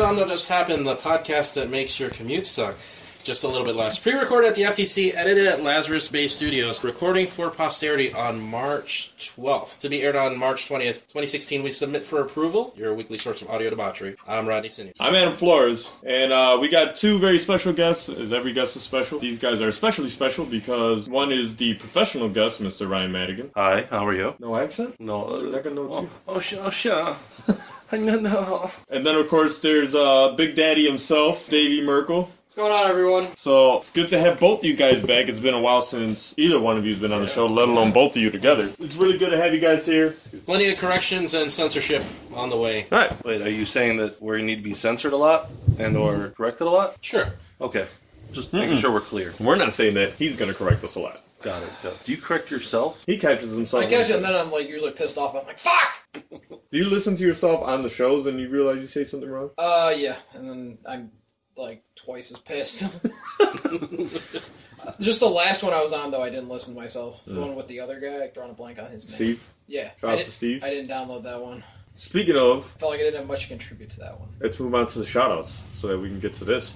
Condo Just Happened, the podcast that makes your commute suck. Just a little bit less. Pre recorded at the FTC, edited at Lazarus Bay Studios, recording for posterity on March 12th. To be aired on March 20th, 2016. We submit for approval your weekly source of audio debauchery. I'm Rodney Sinew. I'm Adam Flores, and uh, we got two very special guests, as every guest is special. These guys are especially special because one is the professional guest, Mr. Ryan Madigan. Hi, how are you? No accent? No, uh, They're not gonna know it's oh, you. Oh, sh- oh, sure. I don't know. And then, of course, there's uh, Big Daddy himself, Davey Merkel. What's going on, everyone? So it's good to have both of you guys back. It's been a while since either one of you's been on the show, let alone both of you together. It's really good to have you guys here. Plenty of corrections and censorship on the way. All right. Wait, are you saying that we need to be censored a lot and or corrected a lot? Sure. Okay. Just making sure we're clear. We're not saying that he's gonna correct us a lot. Got it. Got it. Do you correct yourself? He catches himself. I catch it, and then I'm like usually pissed off. I'm like, "Fuck!" Do you listen to yourself on the shows and you realize you say something wrong? Uh, yeah, and then I'm like twice as pissed. Just the last one I was on though, I didn't listen to myself. The one with the other guy, I've drawn a blank on his name. Steve. Yeah, Shout I out didn't- to Steve. I didn't download that one. Speaking of, Felt like I didn't have much to contribute to that one. Let's move on to the shoutouts so that we can get to this.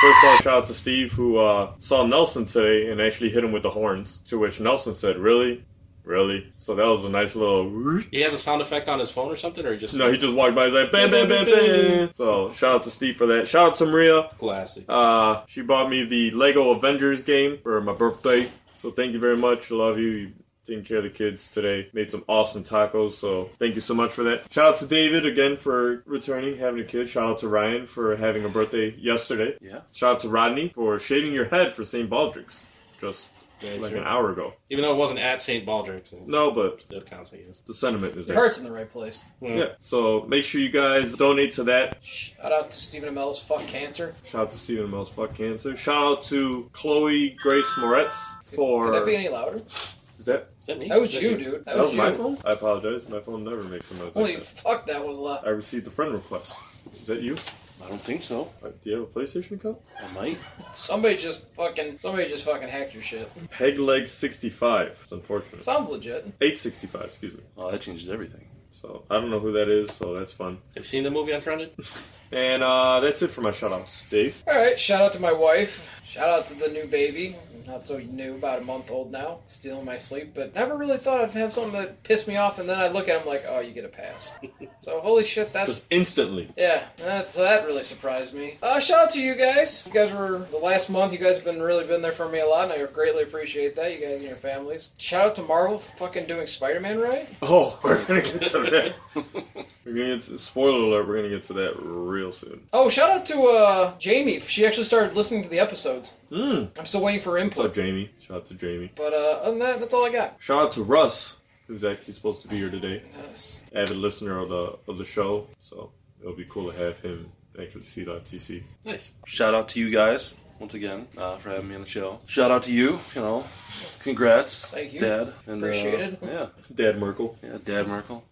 First off, shout out to Steve who uh, saw Nelson today and actually hit him with the horns. To which Nelson said, "Really, really." So that was a nice little. He has a sound effect on his phone or something, or he just. No, he just walked by. He's like, "Bam, bam, bam, bam." So shout out to Steve for that. Shout out to Maria. Classic. Uh, she bought me the Lego Avengers game for my birthday. So thank you very much. I love you. You taking care of the kids today. Made some awesome tacos. So thank you so much for that. Shout out to David again for returning, having a kid. Shout out to Ryan for having a birthday yesterday. Yeah. Shout out to Rodney for shaving your head for St. Baldrick's just Yeah, like sure. an hour ago. Even though it wasn't at St. Baldrick's. it No, but Still counts, I guess. the sentiment is Your there. heart's in the right place. Yeah. So make sure you guys donate to that. Shout out to Stephen Amell's "Fuck Cancer." Shout out to Stephen Mills, fuck cancer. Shout out to Chloe Grace Moretz for Could that be any louder? is that Is that me? That was Is you, dude. That That was was my you. phone? I apologize. My phone never makes a noise. Holy Like that. fuck, that was loud. I received a friend request. Is that you? I don't think so. Uh, Do you have a PlayStation account? I might. Somebody just fucking, somebody just fucking hacked your shit. Pegleg65. It's unfortunate. Sounds legit. 865, excuse me. Oh, that changes everything. So I don't know who that is, so that's fun. Have you seen the movie Unfriended? And uh, that's it for my shoutouts. Dave? All right, shout out to my wife. Shout out to the new baby. Not so new, about a month old now, stealing my sleep. But never really thought I'd have something that pissed me off, and then I look at him like, oh, you get a pass. so holy shit, that's Just instantly. yeah, that's that really surprised me. Uh, shout out to you guys. You guys were the last month. You guys have been really been there for me a lot, and I greatly appreciate that. You guys and your families. Shout out to Marvel, for fucking doing Spider Man right. Oh, we're going to get to that. we're going to get to, spoiler alert, we're going to get to that real soon. Oh, shout out to uh, Jamie. She actually started listening to the episodes. Mm. I'm still waiting for What's up, input. Jamie? Shout out to Jamie. But uh, other than that, that's all I got. Shout out to Russ, who's actually supposed to be here today. Nice. avid listener of the of the show, so it'll be cool to have him actually see the FTC. Nice. Shout out to you guys once again uh, for having me on the show. Shout out to you. You know, congrats. Thank you. Dad. And, uh, Appreciate it. Yeah. Dad Merkel. Yeah, Dad Merkel.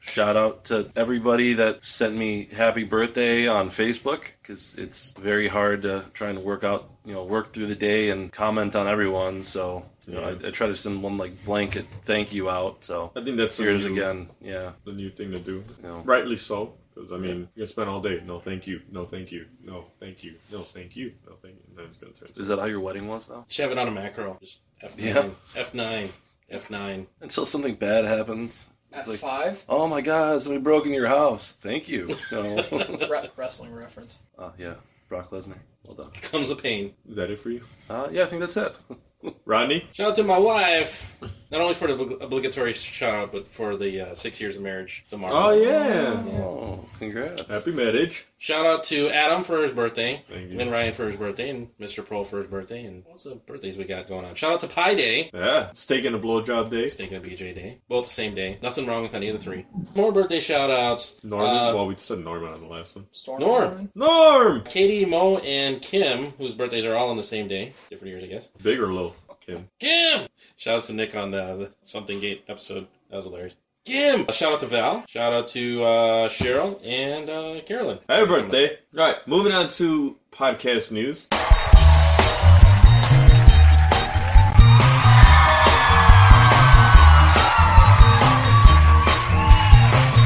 Shout out to everybody that sent me happy birthday on Facebook because it's very hard to trying to work out, you know, work through the day and comment on everyone. So, you know, I, I try to send one like blanket thank you out. So, I think that's the here's new- again. Yeah. the new thing to do. Yeah. Rightly so, because I mean, you can spend all day. No, thank you. No, thank you. No, thank you. No, thank you. No, thank you. And then it's gonna turn. Is that how your wedding was, though? Shove it on a macro. Just F9. Yeah. F9. F9. Until something bad happens. At Like- five, Oh my God, somebody broke into your house. Thank you. You know? re- wrestling reference. uh, yeah. Brock Lesnar. Well done. Comes the pain. Is that it for you, Uh, yeah, I think that's it. Rodney? Shout out to my wife, not only for the oblig- obligatory shout out, but for the uh, six years of marriage tomorrow. Oh yeah. Oh, congrats. Happy marriage. Shout out to Adam for his birthday, Thank you. and Ryan for his birthday, and Mr. Pearl for his birthday, and what's the birthdays we got going on? Shout out to Pi Day, Yeah. Steak and a blowjob day. Steak and BJ Day, both the same day. Nothing wrong with any of the three. More birthday shout outs. Norman. Uh, well, we said Norman on the last one. Storm. Norm. Norm. Katie, Mo, and Kim, whose birthdays are all on the same day, different years, I guess. Big or low, Kim. Gim! Shout out to Nick on the, the Something Gate episode. That was hilarious. Gim! Shout out to Val. Shout out to uh, Cheryl and uh, Carolyn. Happy birthday. All right. Moving on to podcast news.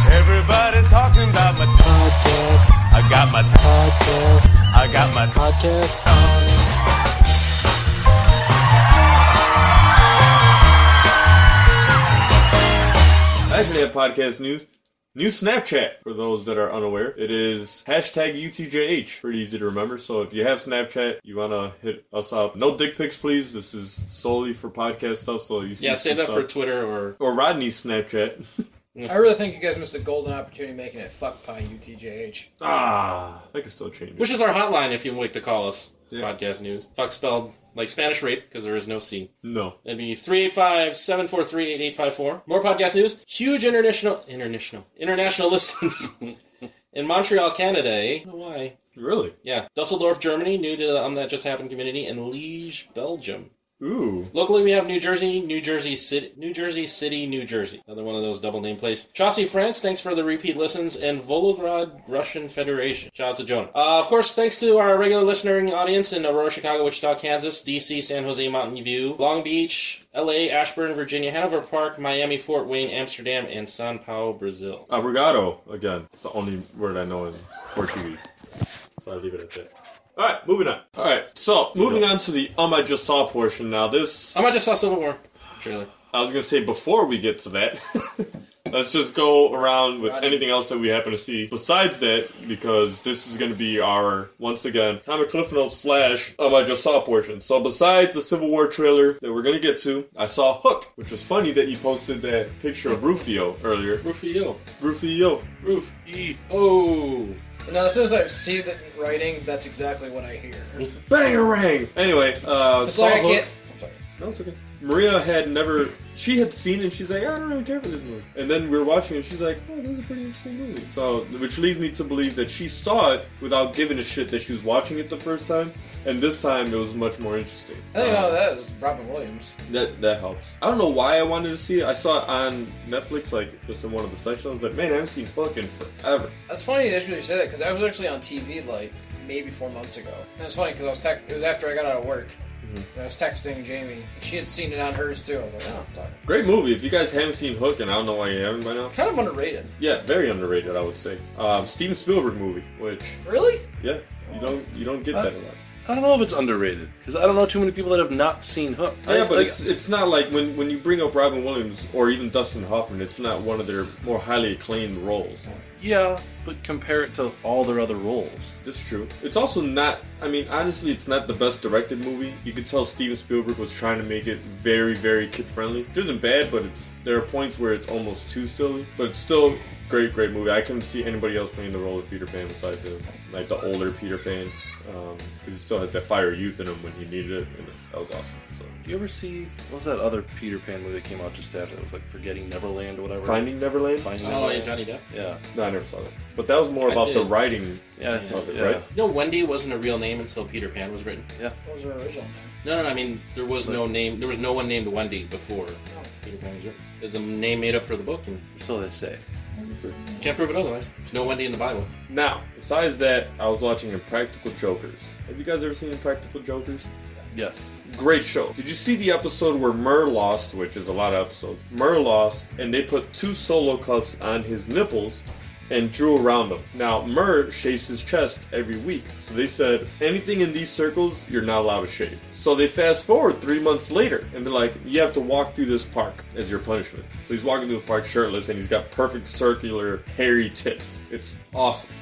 Everybody's talking about my podcast. I got my podcast. I got my podcast on. Actually, have podcast news. New Snapchat, for those that are unaware. It is hashtag UTJH. Pretty easy to remember. So if you have Snapchat, you want to hit us up. No dick pics, please. This is solely for podcast stuff. So you see Yeah, save some that for stuff. Twitter or or Rodney's Snapchat. I really think you guys missed a golden opportunity making it fuck pie UTJH. ah, I can still change it. which is our hotline if you'd like to call us. Yeah. Podcast news. Fuck spelled like Spanish rape because there is no C. No. That'd be 385-743-8854. More podcast news. Huge international international international listens in Montreal, Canada. Eh? I don't know Why? Really? Yeah, Dusseldorf, Germany, new to the Um That Just Happened community, and Liege, Belgium. Ooh. Locally, we have New Jersey, New Jersey City, New Jersey City, New Jersey. Another one of those double name plays. Chaussy, France, thanks for the repeat listens, and Volograd, Russian Federation. Shout out to Jonah. Uh, of course, thanks to our regular listening audience in Aurora, Chicago, Wichita, Kansas, D.C., San Jose, Mountain View, Long Beach, L.A., Ashburn, Virginia, Hanover Park, Miami, Fort Wayne, Amsterdam, and Sao Paulo, Brazil. Um, Obrigado, again. It's the only word I know in Portuguese. So I leave it at that. Alright, moving on. Alright, so moving on to the um I just saw portion now. This I might just saw Civil War trailer. I was gonna say before we get to that, let's just go around with anything else that we happen to see besides that, because this is gonna be our once again comic cliff note slash um I just saw portion. So besides the Civil War trailer that we're gonna get to, I saw Hook, which was funny that you posted that picture of Rufio earlier. Rufio. Rufio. Roof. E. Oh. Now, as soon as I see that in writing, that's exactly what I hear. Bangarang! Anyway, uh, It's saw like I Hook. can't. I'm sorry. No, it's okay. Maria had never. She had seen it and she's like, "Ah, I don't really care for this movie. And then we were watching it and she's like, oh, this is a pretty interesting movie. So, which leads me to believe that she saw it without giving a shit that she was watching it the first time. And this time it was much more interesting. I think no, that was Robin Williams. That that helps. I don't know why I wanted to see it. I saw it on Netflix, like just in one of the sections. I was like, man, I haven't seen Hook in forever. That's funny that you say that because I was actually on TV like maybe four months ago. And it's funny because I was text. It was after I got out of work. And I was texting Jamie. and She had seen it on hers too. I was like, oh, I'm tired. Great movie. If you guys haven't seen Hook, and I don't know why you haven't by now. Kind of underrated. Yeah, very underrated, I would say. Um, Steven Spielberg movie, which Really? yeah, you don't you don't get that a lot. I don't know if it's underrated because I don't know too many people that have not seen Hook. Yeah, I- but like, it's it's not like when, when you bring up Robin Williams or even Dustin Hoffman, it's not one of their more highly acclaimed roles. yeah, but compare it to all their other roles. That's true. It's also not. I mean, honestly, it's not the best directed movie. You could tell Steven Spielberg was trying to make it very, very kid friendly. It isn't bad, but it's there are points where it's almost too silly. But it's still great, great movie. I couldn't see anybody else playing the role of Peter Pan besides him, like the older Peter Pan, because he still has that fire youth in him when he needed it, and that was awesome. So. Do you ever see what was that other Peter Pan movie that came out just after? It was like Forgetting Neverland or whatever. Finding Neverland. Finding Oh, Neverland. and Johnny Depp. Yeah, No, I never saw that. But that was more I about the did. writing. yeah, I Yeah. think- Love it, yeah. right? You know, Wendy wasn't a real name until Peter Pan was written. What was her original name? No, no, I mean there was no name. There was no one named Wendy before Peter Pan was written. It's a name made up for the book, and So they say. can't prove it otherwise. There's no Wendy in the Bible. Now, besides that, I was watching Impractical Jokers. Have you guys ever seen Impractical Jokers? Yes. Great show. Did you see the episode where Murr lost, which is a lot of episodes? Murr lost, and they put two solo cuffs on his nipples and drew around them. Now, Murr shaves his chest every week, so they said, anything in these circles, you're not allowed to shave. So they fast forward three months later, and they're like, you have to walk through this park as your punishment. So he's walking through the park shirtless, and he's got perfect circular, hairy tits. It's awesome.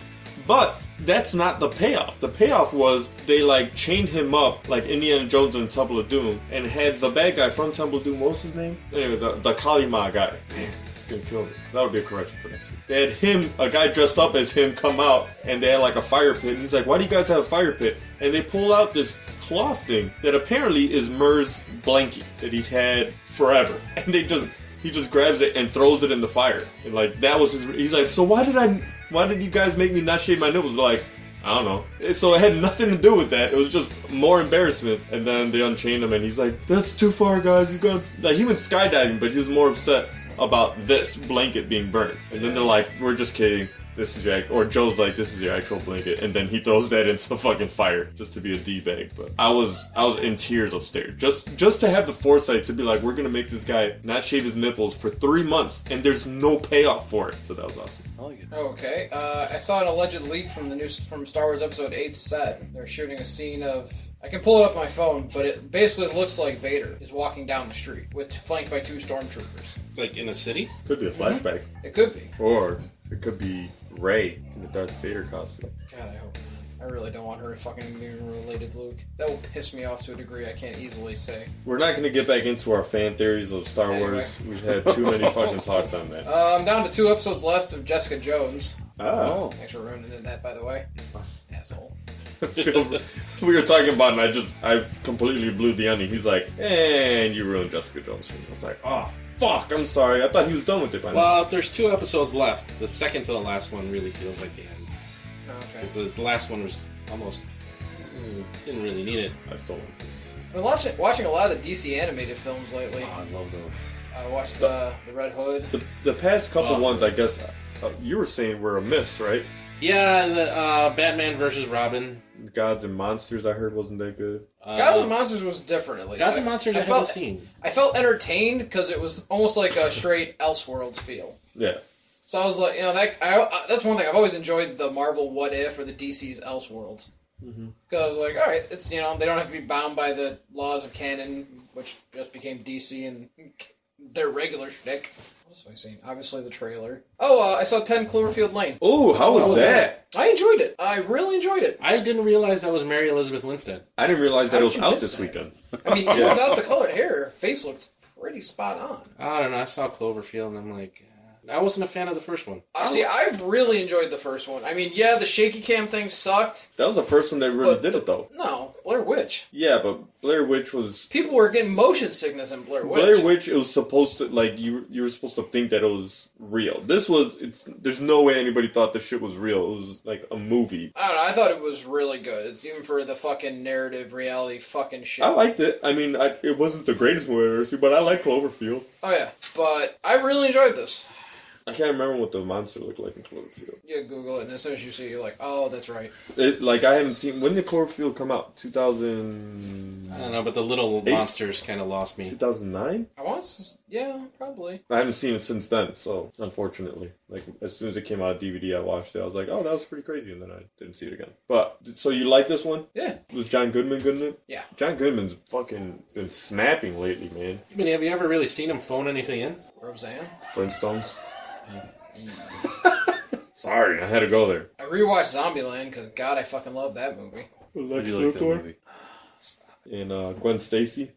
But that's not the payoff. The payoff was they like chained him up like Indiana Jones in Temple of Doom and had the bad guy from Temple of Doom, what was his name? Anyway, the, the Kalima guy. Man, it's gonna kill me. That'll be a correction for next week. They had him, a guy dressed up as him, come out and they had like a fire pit. And he's like, why do you guys have a fire pit? And they pull out this cloth thing that apparently is Murr's blankie that he's had forever. And they just he just grabs it and throws it in the fire. And like that was his. He's like, so why did I? Why did you guys make me not shave my nipples? They're Like, I don't know. And So it had nothing to do with that. It was just more embarrassment. And then they unchained him, and he's like, that's too far, guys. You got like he went skydiving, but he was more upset about this blanket being burnt. And then they're like, we're just kidding. this is your act- or Joe's like this is your actual blanket, and then he throws that into fucking fire just to be a d bag. But I was I was in tears upstairs just just to have the foresight to be like we're gonna make this guy not shave his nipples for three months, and there's no payoff for it. So that was awesome. I like it. Okay, uh, I saw an alleged leak from the new from Star Wars Episode Eight set. They're shooting a scene of. I can pull it up on my phone, but it basically looks like Vader is walking down the street with flanked by two stormtroopers. Like in a city? Could be a flashback, It could be. or it could be Ray in the Darth Vader costume. God, I hope not. I really don't want her to fucking be related to Luke. That will piss me off to a degree I can't easily say. We're not gonna get back into our fan theories of Star Anyway. Wars. We've had too many fucking talks on that. Uh, I'm down to two episodes left of Jessica Jones. Oh. Thanks for ruining that, by the way. Asshole. we were talking about it, and I just, I completely blew the onion. He's like, and you ruined Jessica Jones. for me." I was like, oh, fuck, I'm sorry. I thought he was done with it by now. Well, if there's two episodes left, the second to the last one really feels like the end. Okay. Because the, the last one was almost. mm, Didn't really need it. I stole him. Been watching, watching a lot of the DC animated films lately. Oh, I love those. I watched uh, The Red Hood. The, the past couple ones, I guess, uh, you were saying were a miss, right? Yeah, the uh, Batman versus Robin. Gods and Monsters, I heard, wasn't that good. Uh, Gods and Monsters was different, at least. Gods I- and Monsters I, haven't felt, seen. I felt entertained because it was almost like a straight Elseworlds feel. Yeah. So I was like, you know, that I, I- that's one thing I've always enjoyed the Marvel What If or the DC's Elseworlds. Mm-hmm. Because I was like, all right, it's you know they don't have to be bound by the laws of canon, which just became DC and their regular shtick. What else have I seen? Obviously the trailer. Oh, uh, I saw Ten Cloverfield Lane. Oh, how was, was that? I enjoyed it. I really enjoyed it. I didn't realize that was Mary Elizabeth Winstead. I didn't realize that How it did was you out miss this that? weekend. I mean, even without the colored hair, her face looked pretty spot on. I don't know. I saw Cloverfield and I'm like, uh, I wasn't a fan of the first one. I see. I really enjoyed the first one. I mean, yeah, the shaky cam thing sucked. That was the first one that really But did the- it, though. No, Blair Witch. Yeah, but Blair Witch was People were getting motion sickness in Blair Witch. Blair Witch, it was supposed to like you. You were supposed to think that it was real. This was. It's. There's no way anybody thought this shit was real. It was like a movie. I don't know. I thought it was really good. It's even for the fucking narrative reality fucking shit. I liked it. I mean, I, it wasn't the greatest movie I've ever seen, but I like Cloverfield. oh yeah, but I really enjoyed this. I can't remember what the monster looked like in Cloverfield. You Google it, and as soon as you see, it, you're like, oh, that's right. It, like I haven't seen. When did Cloverfield come out? 2000, I don't know, but the little monsters kind of lost me. 2009? I want, s- yeah, probably. I haven't seen it since then. So unfortunately, like as soon as it came out on DVD, I watched it. I was like, oh, that was pretty crazy, and then I didn't see it again. But so you like this one? Yeah, Was John Goodman good in it? yeah. John Goodman's fucking been snapping lately, man. I mean, have you ever really seen him phone anything in? Roseanne. Flintstones. Sorry, I had to go there. I rewatched Zombieland because God, I fucking love that movie. I do like that movie. And uh, Gwen Stacy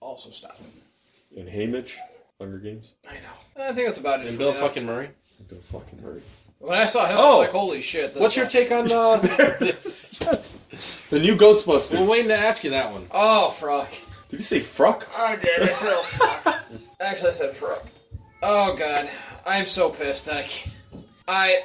Also, stop it. and Haymitch. Hunger Games. I know. I think that's about it. And for Bill now. fucking Murray. I'm gonna fucking hurt. When I saw him, I Oh. was like, holy shit. that's What's your not- take on? Uh, The new Ghostbusters. we're waiting to ask you that one. Oh, fuck. Did you say Fruck? I did. I said fuck. Actually, I said fuck. Oh god, I'm so pissed that I can't. I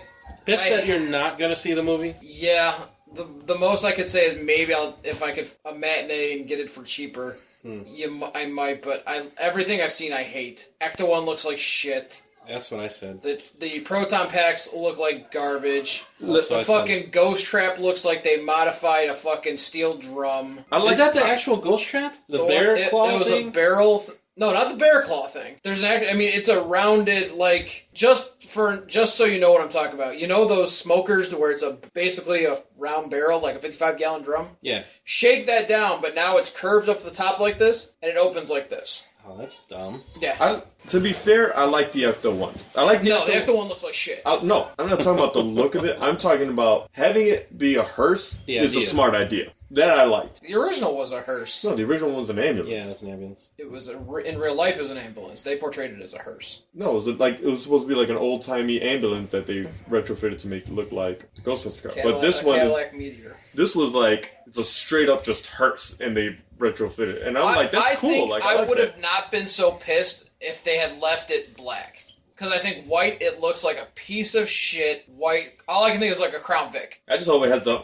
Pissed I- that you're not gonna see the movie. yeah. The the most I could say is maybe I'll if I could a matinee and get it for cheaper. Hmm. You, m- I might, but I everything I've seen I hate. Ecto One looks like shit. That's what I said. The the proton packs look like garbage. That's the what I said. fucking ghost trap looks like they modified a fucking steel drum. I Is that the actual ghost trap? The, bear one- it- claw It, was thing? a barrel. Th- no, not the bear claw thing. There's an. Act- I mean, it's a rounded like just for just so you know what I'm talking about. You know those smokers to where it's a basically a round barrel like a 55 gallon drum. yeah. Shake that down, but now it's curved up the top like this, and it opens like this. Oh, that's dumb. Yeah. I, to be fair, I like the Ecto one. I like the no, the Ecto- Ecto one looks like shit. I- no, I'm not talking about the look of it. I'm talking about having it be a hearse The is a idea. smart idea. That I liked. The original was a hearse. No, the original one was an ambulance. Yeah, that's an ambulance. It was a re- in real life. It was an ambulance. They portrayed it as a hearse. No, it was like it was supposed to be like an old timey ambulance that they retrofitted to make it look like the Ghostbuster car. Cadillac- but this a one, is, Cadillac Meteor. this was like it's a straight up just hearse, and they retrofitted. it. And I'm I- like, that's I cool. Think like I, I, like would that. have not been so pissed if they had left it black. Because I think white, it looks like a piece of shit. White, all I can think is like a Crown Vic. I just hope it has the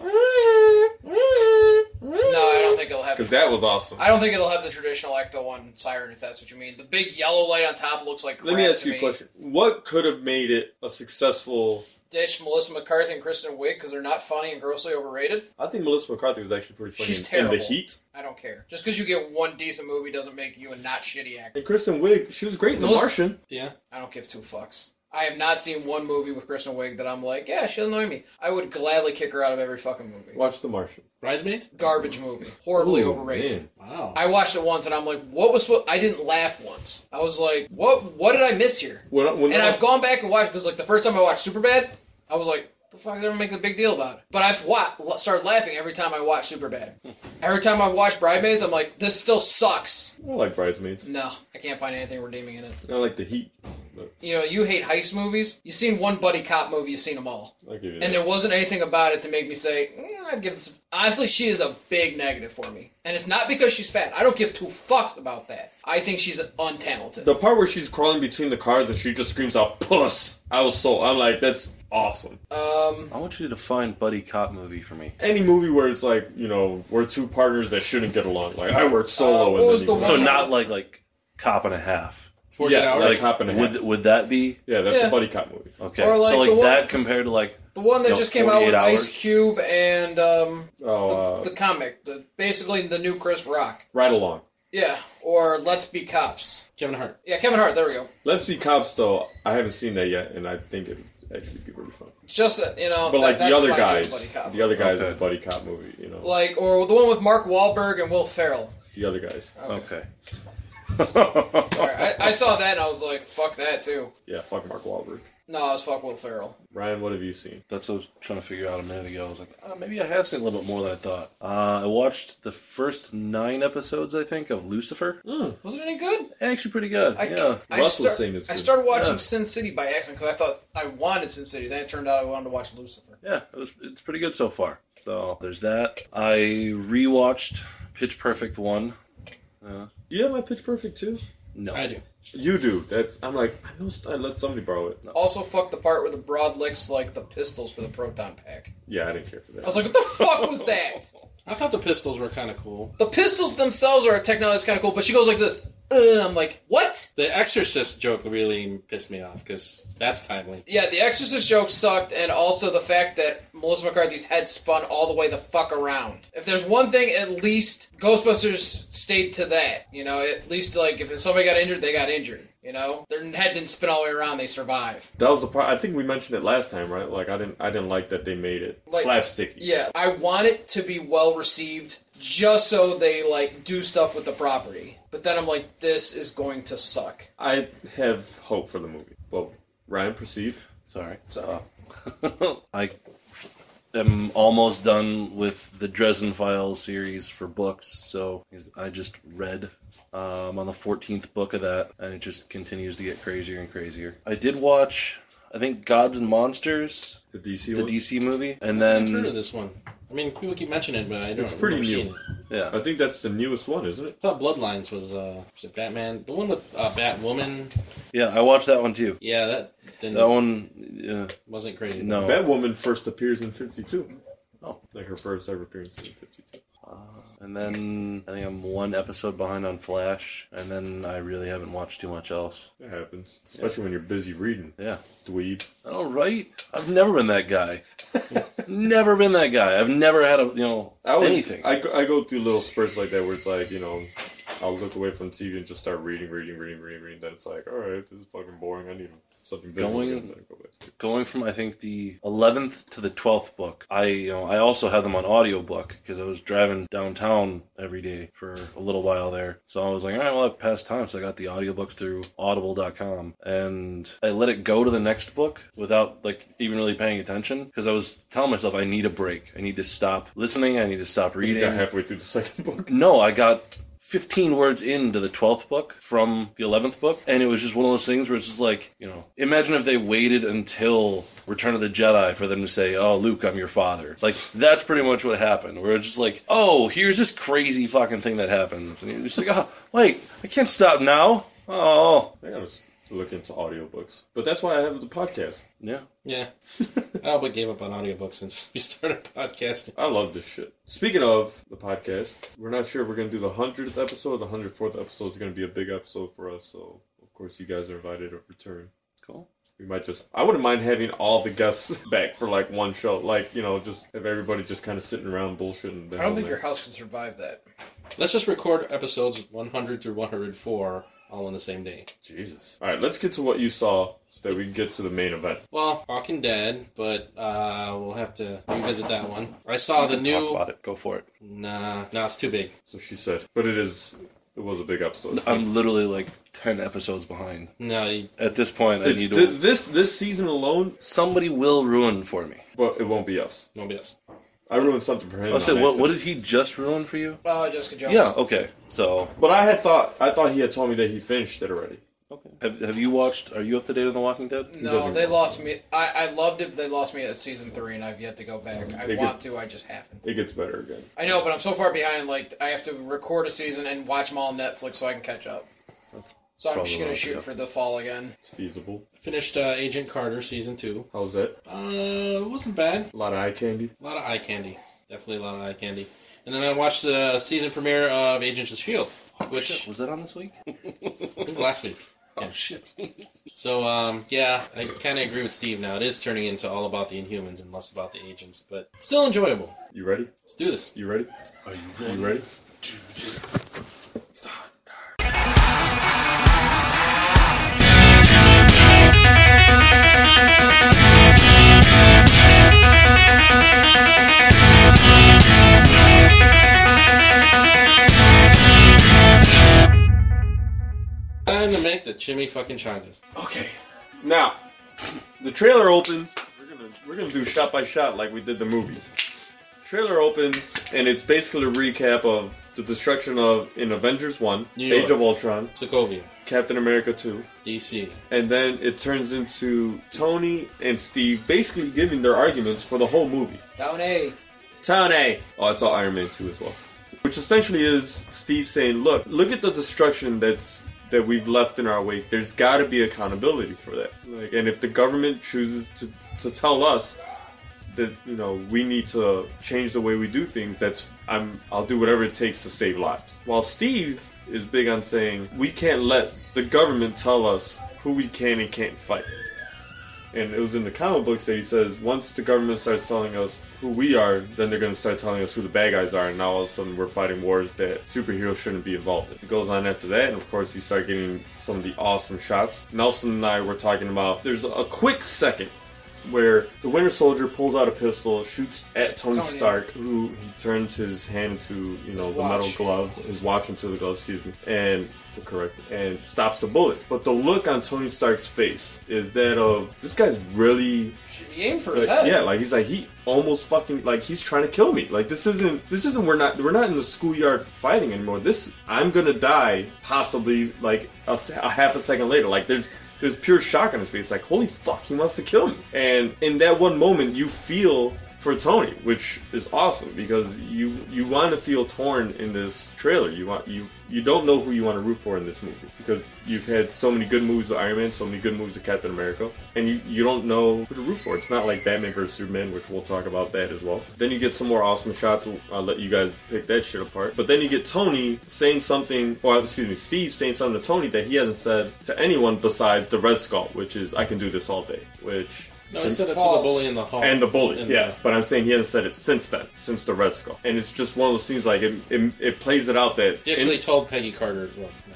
No, I don't think it'll have. because that was awesome. I don't think it'll have the traditional Ecto One siren, if that's what you mean. The big yellow light on top looks like. Let crap me ask to you a question: What could have made it a successful ditch Melissa McCarthy and Kristen Wiig because they're not funny and grossly overrated? I think Melissa McCarthy was actually pretty funny She's in- terrible. in The Heat. I don't care. Just because you get one decent movie doesn't make you a not shitty actor. And Kristen Wiig, she was great in The Melissa- Martian. Yeah. I don't give two fucks. I have not seen one movie with Kristen Wiig that I'm like, yeah, she'll annoy me. I would gladly kick her out of every fucking movie. Watch The Martian. Bridesmaids? Garbage movie, horribly Ooh, overrated. man. Wow. I watched it once and I'm like, what was what? I didn't laugh once. I was like, what? What did I miss here? When, when And I- I've gone back and watched because like the first time I watched Superbad, I was like, the fuck, did everyone make a big deal about it? But I've wa- started laughing every time I watch Superbad. every time I've watched Bridesmaids, I'm like, this still sucks. I like Bridesmaids. No, I can't find anything redeeming in it. I like The Heat. But You know, you hate heist movies. You've seen one buddy cop movie, you've seen them all. I'll give you And that. there wasn't anything about it to make me say, "Mm, I'd give this. Honestly, she is a big negative for me. And it's not because she's fat. I don't give two fucks about that. I think she's untalented. The part where she's crawling between the cars and she just screams out "puss," I was so I'm like, that's awesome. um, I want you to define buddy cop movie for me. Any movie where it's like, you know, we're two partners that shouldn't get along. Like I worked Uh, solo what and was then the you one- So not like like cop and a half. 48 yeah, hours? like- Like Cop and a Half. Would would that be Yeah, that's Yeah. a buddy cop movie. okay? Or like so like the one- that compared to like the one that No, just came out with 48 hours. Ice Cube and um, Oh, uh, the comic, the basically the new Chris Rock. right along. Yeah, or Let's Be Cops. Kevin Hart. Yeah, Kevin Hart. There we go. Let's be cops though. I haven't seen that yet, and I think it'd actually be really fun. It's just that, you know, But that- like that's the other my new guys, buddy cop. the other guys Okay. is a buddy cop movie. You know, like or the one with Mark Wahlberg and Will Ferrell. the other guys. okay. All right, I, I saw that and I was like, fuck that too. Yeah, fuck Mark Wahlberg. No, I was fuck Will Ferrell. Ryan, what have you seen? That's what I was trying to figure out a minute ago. I was like, oh, maybe I have seen a little bit more than I thought. Uh, I watched the first nine episodes, I think, of Lucifer. Was it any good? Actually, pretty good. I, yeah. I, Russell's start- saying it's I good. started watching Yeah. Sin City by accident because I thought I wanted Sin City. Then it turned out I wanted to watch Lucifer. yeah, it was it's pretty good so far. So there's that. I rewatched Pitch Perfect one. Do you have my Pitch Perfect too? No, I do. You do. That's. I'm like. I know. st- I let somebody borrow it. Also, fuck the part where the broad licks like the pistols for the proton pack. Yeah, I didn't care for that. I was like, what the fuck was that? I thought the pistols were kind of cool. The pistols themselves are a technology that's kind of cool, but she goes like this. Uh, I'm like, what? The Exorcist joke really pissed me off because that's timely. Yeah, the Exorcist joke sucked, and also the fact that Melissa McCarthy's head spun all the way the fuck around. If there's one thing, at least Ghostbusters stayed to that. You know, at least like if somebody got injured, they got injured. You know, their head didn't spin all the way around; they survive. that was the part. I think we mentioned it last time, right? Like I didn't. I didn't like that they made it Like- slapstick. Yeah, I want it to be well received, just so they like do stuff with the property. But then I'm like, this is going to suck. I have hope for the movie. Well, Ryan, proceed. sorry. So uh, I am almost done with the Dresden Files series for books. So I just read. Um, on the 14th book of that, and it just continues to get crazier and crazier. I did watch, I think, Gods and Monsters. The DC the one. DC movie, and I've heard of then this one. I mean, people keep mentioning it, but I don't It's pretty I've never new. seen it. I yeah, think that's the newest one, isn't it? I thought Bloodlines was, uh, was it Batman? The one with uh, Batwoman? yeah, I watched that one too. Yeah, that didn't, That one, uh, wasn't crazy. no, Batwoman first appears in 52. Oh. Like her first ever appearance in 52. and then I think I'm one episode behind on Flash, and then I really haven't watched too much else. That happens. Especially when you're busy reading. Yeah, Dweeb. all right, I've never been that guy. never been that guy. I've never had a you know I was, anything. I, go- I go through little spurts like that where it's like, you know, I'll look away from TV and just start reading, reading, reading, reading, reading. Then it's like, all right, this is fucking boring. I need something busy. Going- again. Then I go back to it. going from I think the 11th to the 12th book. I you know I also had them on audiobook because I was driving downtown every day for a little while there. So I was like, all right, well I've passed time, so I got the audiobooks through audible.com and I let it go to the next book without like even really paying attention because I was telling myself I need a break. I need to stop listening, I need to stop You reading. got halfway through the second book. No, I got 15 words into the 12th book from the 11th book, and it was just one of those things where it's just like, you know, imagine if they waited until Return of the Jedi for them to say, oh, Luke, I'm your father. Like, that's pretty much what happened, where it's just like, oh, here's this crazy fucking thing that happens. And you're just like, oh, wait, I can't stop now. Oh, I gotta s- look into audiobooks. But that's why I have the podcast. yeah. Yeah. I all but gave up on audiobooks since we started podcasting. I love this shit. Speaking of the podcast, we're not sure if we're gonna do the hundredth episode. The hundred fourth episode is gonna be a big episode for us, so of course you guys are invited to return. Cool. We might just. I wouldn't mind having all the guests back for like one show. Like you know, just have everybody just kind of sitting around bullshitting. I don't think your house can survive that. Let's just record episodes 100 through 104 all on the same day. Jesus. All right, let's get to what you saw so that we can get to the main event. Well, Walking Dead, but uh, we'll have to revisit that one. I saw the Talk new. about it. Go for it. Nah, nah, it's too big. So she said, but it is. It was a big episode. I'm literally like ten episodes behind. No, you- At this point, I It's need thi- to. this this season alone, Somebody will ruin for me. but it won't be us. no BS. I ruined something for him. I on said, what, accident. what did he just ruin for you? Uh, Jessica Jones. Yeah. Okay. So, But I had thought I thought he had told me that he finished it already. okay. Have, have you watched? Are you up to date on The Walking Dead? No, doesn't- they lost me. I, I loved it, but they lost me at season three, and I've yet to go back. I They want to, I just haven't. It gets better again. I know, but I'm so far behind. Like I have to record a season and watch them all on Netflix so I can catch up. So I'm probably just gonna not shoot good. for the fall again. It's feasible. Finished uh, Agent Carter season two. How's that? Uh, it wasn't bad. A lot of eye candy. A lot of eye candy. Definitely a lot of eye candy. And then I watched the season premiere of Agents of Shield, E which Shit, was that on this week? I think last week. Oh shit. So um, yeah, I kind of agree with Steve. Now it is turning into all about the Inhumans and less about the agents, but still enjoyable. You ready? Let's do this. You ready? Are you You ready? Time to make the chimney fucking changas. Okay. Now, the trailer opens. We're gonna we're gonna do shot by shot like we did the movies. Trailer opens and it's basically a recap of the destruction of in Avengers One, New York. Age of Ultron, Sokovia, Captain America Two, DC. and then it turns into Tony and Steve basically giving their arguments for the whole movie. Down A. Tony. Oh, I saw Iron Man 2 as well. Which essentially is Steve saying, look, look at the destruction that's that we've left in our wake. There's got to be accountability for that. Like, and if the government chooses to, to tell us that you know we need to change the way we do things, that's I'm I'll do whatever it takes to save lives. While Steve is big on saying we can't let the government tell us who we can and can't fight and it was in the comic books that he says once the government starts telling us who we are, then they're going to start telling us who the bad guys are, and now all of a sudden we're fighting wars that superheroes shouldn't be involved in. It goes on after that, and of course you start getting some of the awesome shots. Nelson and I were talking about there's a quick second where the Winter Soldier pulls out a pistol, shoots at Tony, Tony. Stark, who he turns his hand to, you know, His the metal watch. glove, his watch into the glove, excuse me, and the correct and stops the bullet. But the look on Tony Stark's face is that of this guy's really He aimed for his like, head. yeah, like he's like he almost fucking like he's trying to kill me. Like this isn't this isn't we're not we're not in the schoolyard fighting anymore. This I'm gonna die possibly like a, s- a half a second later. Like there's there's pure shock on his face. Like holy fuck, he wants to kill me. And in that one moment, you feel for Tony, which is awesome because you you want to feel torn in this trailer. You want you you don't know who you want to root for in this movie because you've had so many good moves with Iron Man, so many good moves with Captain America, and you you don't know who to root for. It's not like Batman versus Superman, which we'll talk about that as well. Then you get some more awesome shots. I'll let you guys pick that shit apart. But then you get Tony saying something, or excuse me, Steve saying something to Tony that he hasn't said to anyone besides the Red Skull, which is "I can do this all day," which. No, I Oh, said it to the False. bully in the hall. And the bully, And- yeah. But I'm saying he hasn't said it since then, since the Red Skull. And it's just one of those things like it, it, it plays it out that He actually in, told Peggy Carter. Well, no,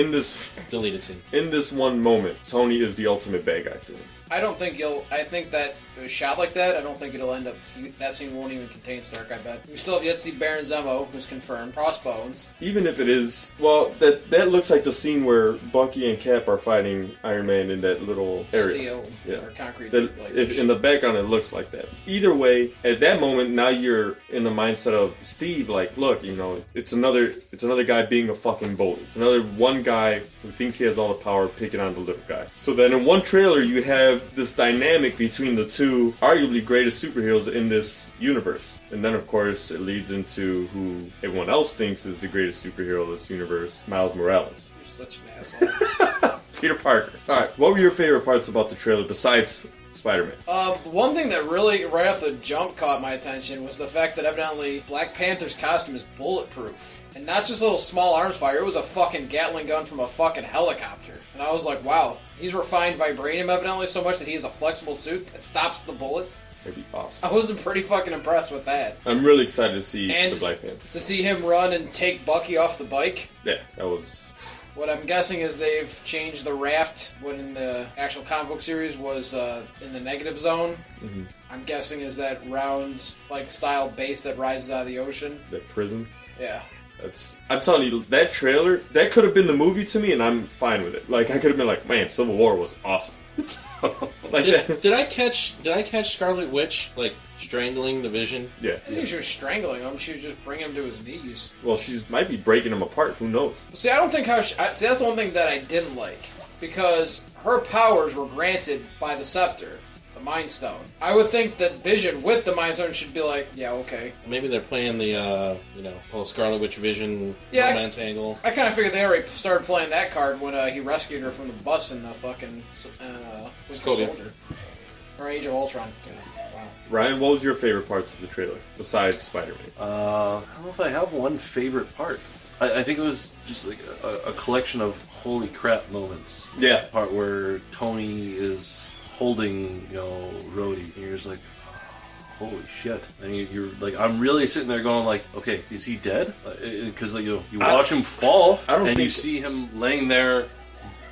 in this deleted scene. in this one moment, Tony is the ultimate bad guy to him. I don't think you'll. I think that it was shot like that. I don't think it'll end up. You, that scene won't even contain Stark. I bet. We still have yet to see Baron Zemo, who's confirmed. Crossbones. Even if it is well, that that looks like the scene where Bucky and Cap are fighting Iron Man in that little area. Steel Yeah. or concrete. That, like, if, in the background, it looks like that. Either way, at that moment, now you're in the mindset of Steve. Like, look, you know, it's another, it's another guy being a fucking bully. It's another one guy who thinks he has all the power, picking on the little guy. So then, in one trailer, you have this dynamic between the two arguably greatest superheroes in this universe, and then of course it leads into who everyone else thinks is the greatest superhero of this universe, Miles Morales. You're such an asshole. Peter Parker. All right, what were your favorite parts about the trailer besides Spider Man. Um, one thing that really, right off the jump, caught my attention was the fact that evidently Black Panther's costume is bulletproof. And not just a little small arms fire, it was a fucking Gatling gun from a fucking helicopter. And I was like, wow, he's refined vibranium evidently so much that he has a flexible suit that stops the bullets. That'd be awesome. I was pretty fucking impressed with that. I'm really excited to see And the Black Panther. to see him run and take Bucky off the bike. Yeah, that was. What I'm guessing is they've changed the raft. What in the actual comic book series was uh, in the negative zone. I'm guessing is that round like style base that rises out of the ocean. That prison. Yeah, That's. I'm telling you, that trailer that could have been the movie to me, and I'm fine with it. Like I could have been like, man, Civil War was awesome. like Did, that. did I catch? Did I catch Scarlet Witch like strangling the Vision? Yeah. I think she was strangling him. She was just bringing him to his knees. Well, she's might be breaking them apart. Who knows? See, I don't think how. She, I, see, that's one thing that I didn't like because her powers were granted by the scepter, the Mind Stone. I would think that Vision with the Mind Stone should be like, yeah, okay. Maybe they're playing the uh, you know whole Scarlet Witch Vision Yeah. romance angle. I kind of figured they already started playing that card when uh, he rescued her from the bus in the fucking uh, Winter Sokovia. Soldier or Age of Ultron. Yeah. Wow. Ryan, what was your favorite parts of the trailer besides Spider Man? Uh, I don't know if I have one favorite part. I, I think it was just like a, a collection of holy crap moments. Yeah. Part where Tony is holding, you know, Rhodey, and you're just like, "Oh, holy shit! And you, you're like, I'm really sitting there going like, okay, is he dead? Uh, Because like you, know, you I- watch him fall, I don't and you think- see him laying there,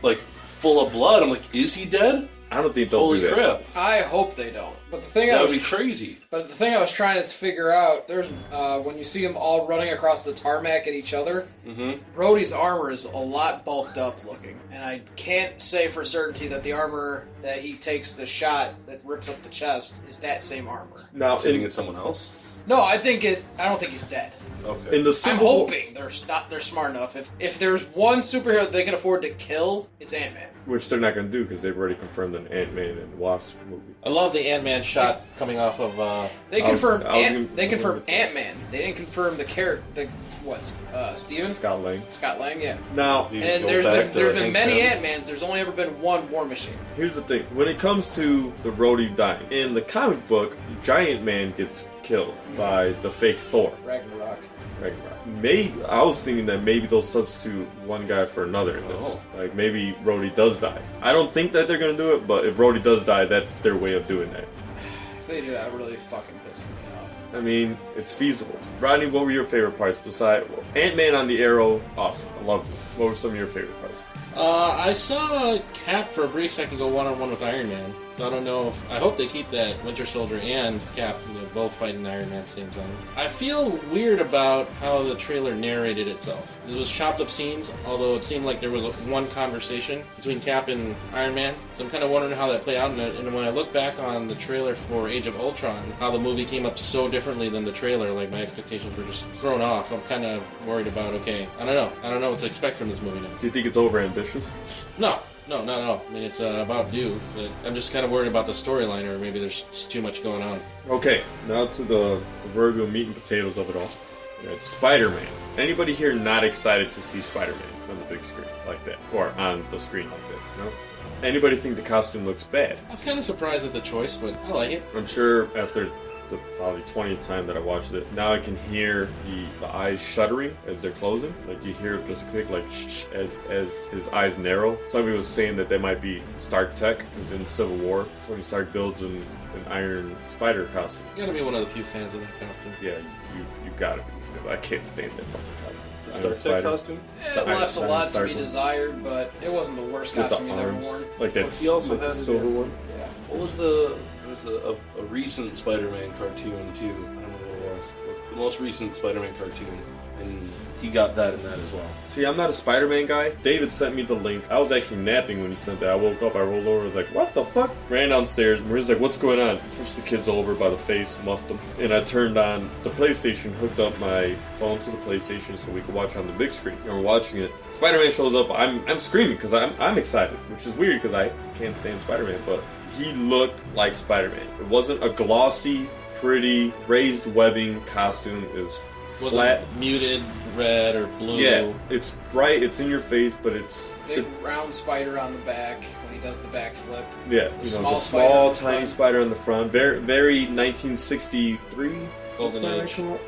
like full of blood. I'm like, is he dead? I don't think they'll holy do that. crap! I hope they don't. But the thing I That was, would be crazy. but the thing I was trying to figure out, there's uh, when you see them all running across the tarmac at each other. Mm-hmm. Brody's armor is a lot bulked up looking, and I can't say for certainty that the armor that he takes the shot that rips up the chest is that same armor. Now, Sitting in, at someone else. No, I think it. I don't think he's dead. Okay. in the I'm Civil War, hoping they're s- not they're smart enough. If if there's one superhero they can afford to kill, it's Ant Man. which they're not going to do because they've already confirmed an Ant Man and Wasp movie. I love the Ant Man shot coming off of. Uh, They I was- confirmed I was Ant, gonna- they confirmed I was gonna Ant Man. They didn't confirm the character. The what? Uh, Steven Scott Lang. Scott Lang. Yeah. Now, And go there's back been to there's been Hank many Pym. Ant Mans. There's only ever been one War Machine. here's the thing: when it comes to the Rhodey dying in the comic book, Giant Man gets killed by the fake Thor. Ragnarok. Ragnarok. Maybe I was thinking that maybe they'll substitute one guy for another in this. Like maybe Rhodey does die. I don't think that they're gonna do it, but if Rhodey does die, that's their way of doing that. If they do that, it really fucking pisses me off. I mean, it's feasible. Rodney, what were your favorite parts besides Ant Man on the Arrow? Awesome, I loved it. What were some of your favorite parts? uh, I saw Cap for a brief second go one on one with Iron Man, so I don't know if I hope they keep that Winter Soldier and Cap you know, both fighting Iron Man at the same time. I feel weird about how the trailer narrated itself. It was chopped up scenes, although it seemed like there was a, one conversation between Cap and Iron Man. So I'm kind of wondering how that played out. And, and when I look back on the trailer for Age of Ultron, how the movie came up so differently than the trailer, like my expectations were just thrown off. I'm kind of worried about. Okay, I don't know. I don't know what to expect from this movie now. Do you think it's over ambitious? No, no, not at all. I mean, it's uh, about due, but I'm just kind of worried about the storyline, or maybe there's just too much going on. Okay, now to the proverbial meat and potatoes of it all. It's Spider Man. Anybody here not excited to see Spider Man on the big screen like that? Or on the screen like that? No? Anybody think the costume looks bad? I was kind of surprised at the choice, but I like it. I'm sure after the probably 20th time that I watched it, now I can hear the, the eyes shuddering as they're closing. Like you hear just a click, like shh, shh, as as his eyes narrow. Somebody was saying that that might be Stark Tech, because in Civil War, Tony Stark builds an, an Iron Spider costume. You gotta be one of the few fans of that costume. Yeah, you you got it. I can't stand that fucking costume. the Iron Star Trek Spider. costume. It Iron left a Spider, lot to Stark be one. desired, but it wasn't the worst With costume the he's ever arms, worn. like that. But he also like the had it silver in- one. Yeah. What was the? There was a, a, a recent Spider-Man cartoon too. I don't know what it was. The most recent Spider-Man cartoon, and he got that in that as well. See, I'm not a Spider-Man guy. David sent me the link. I was actually napping when he sent that. I woke up, I rolled over, I was like, "What the fuck?" Ran downstairs. Maria's like, "What's going on?" Pushed the kids over by the face, muffed them, and I turned on the PlayStation. Hooked up my phone to the PlayStation so we could watch on the big screen. And we're watching it. Spider-Man shows up. I'm I'm screaming because I'm I'm excited, which is weird because I can't stand Spider-Man, but he looked like Spider-Man. It wasn't a glossy, pretty raised webbing costume. Is Was flat. it muted red or blue? Yeah, it's bright. It's in your face, but it's Big it- round spider on the back when he does the backflip. yeah, you know, small the spider small, on the tiny front. spider on the front. Very, very 1963. Golden Spider Age. come out.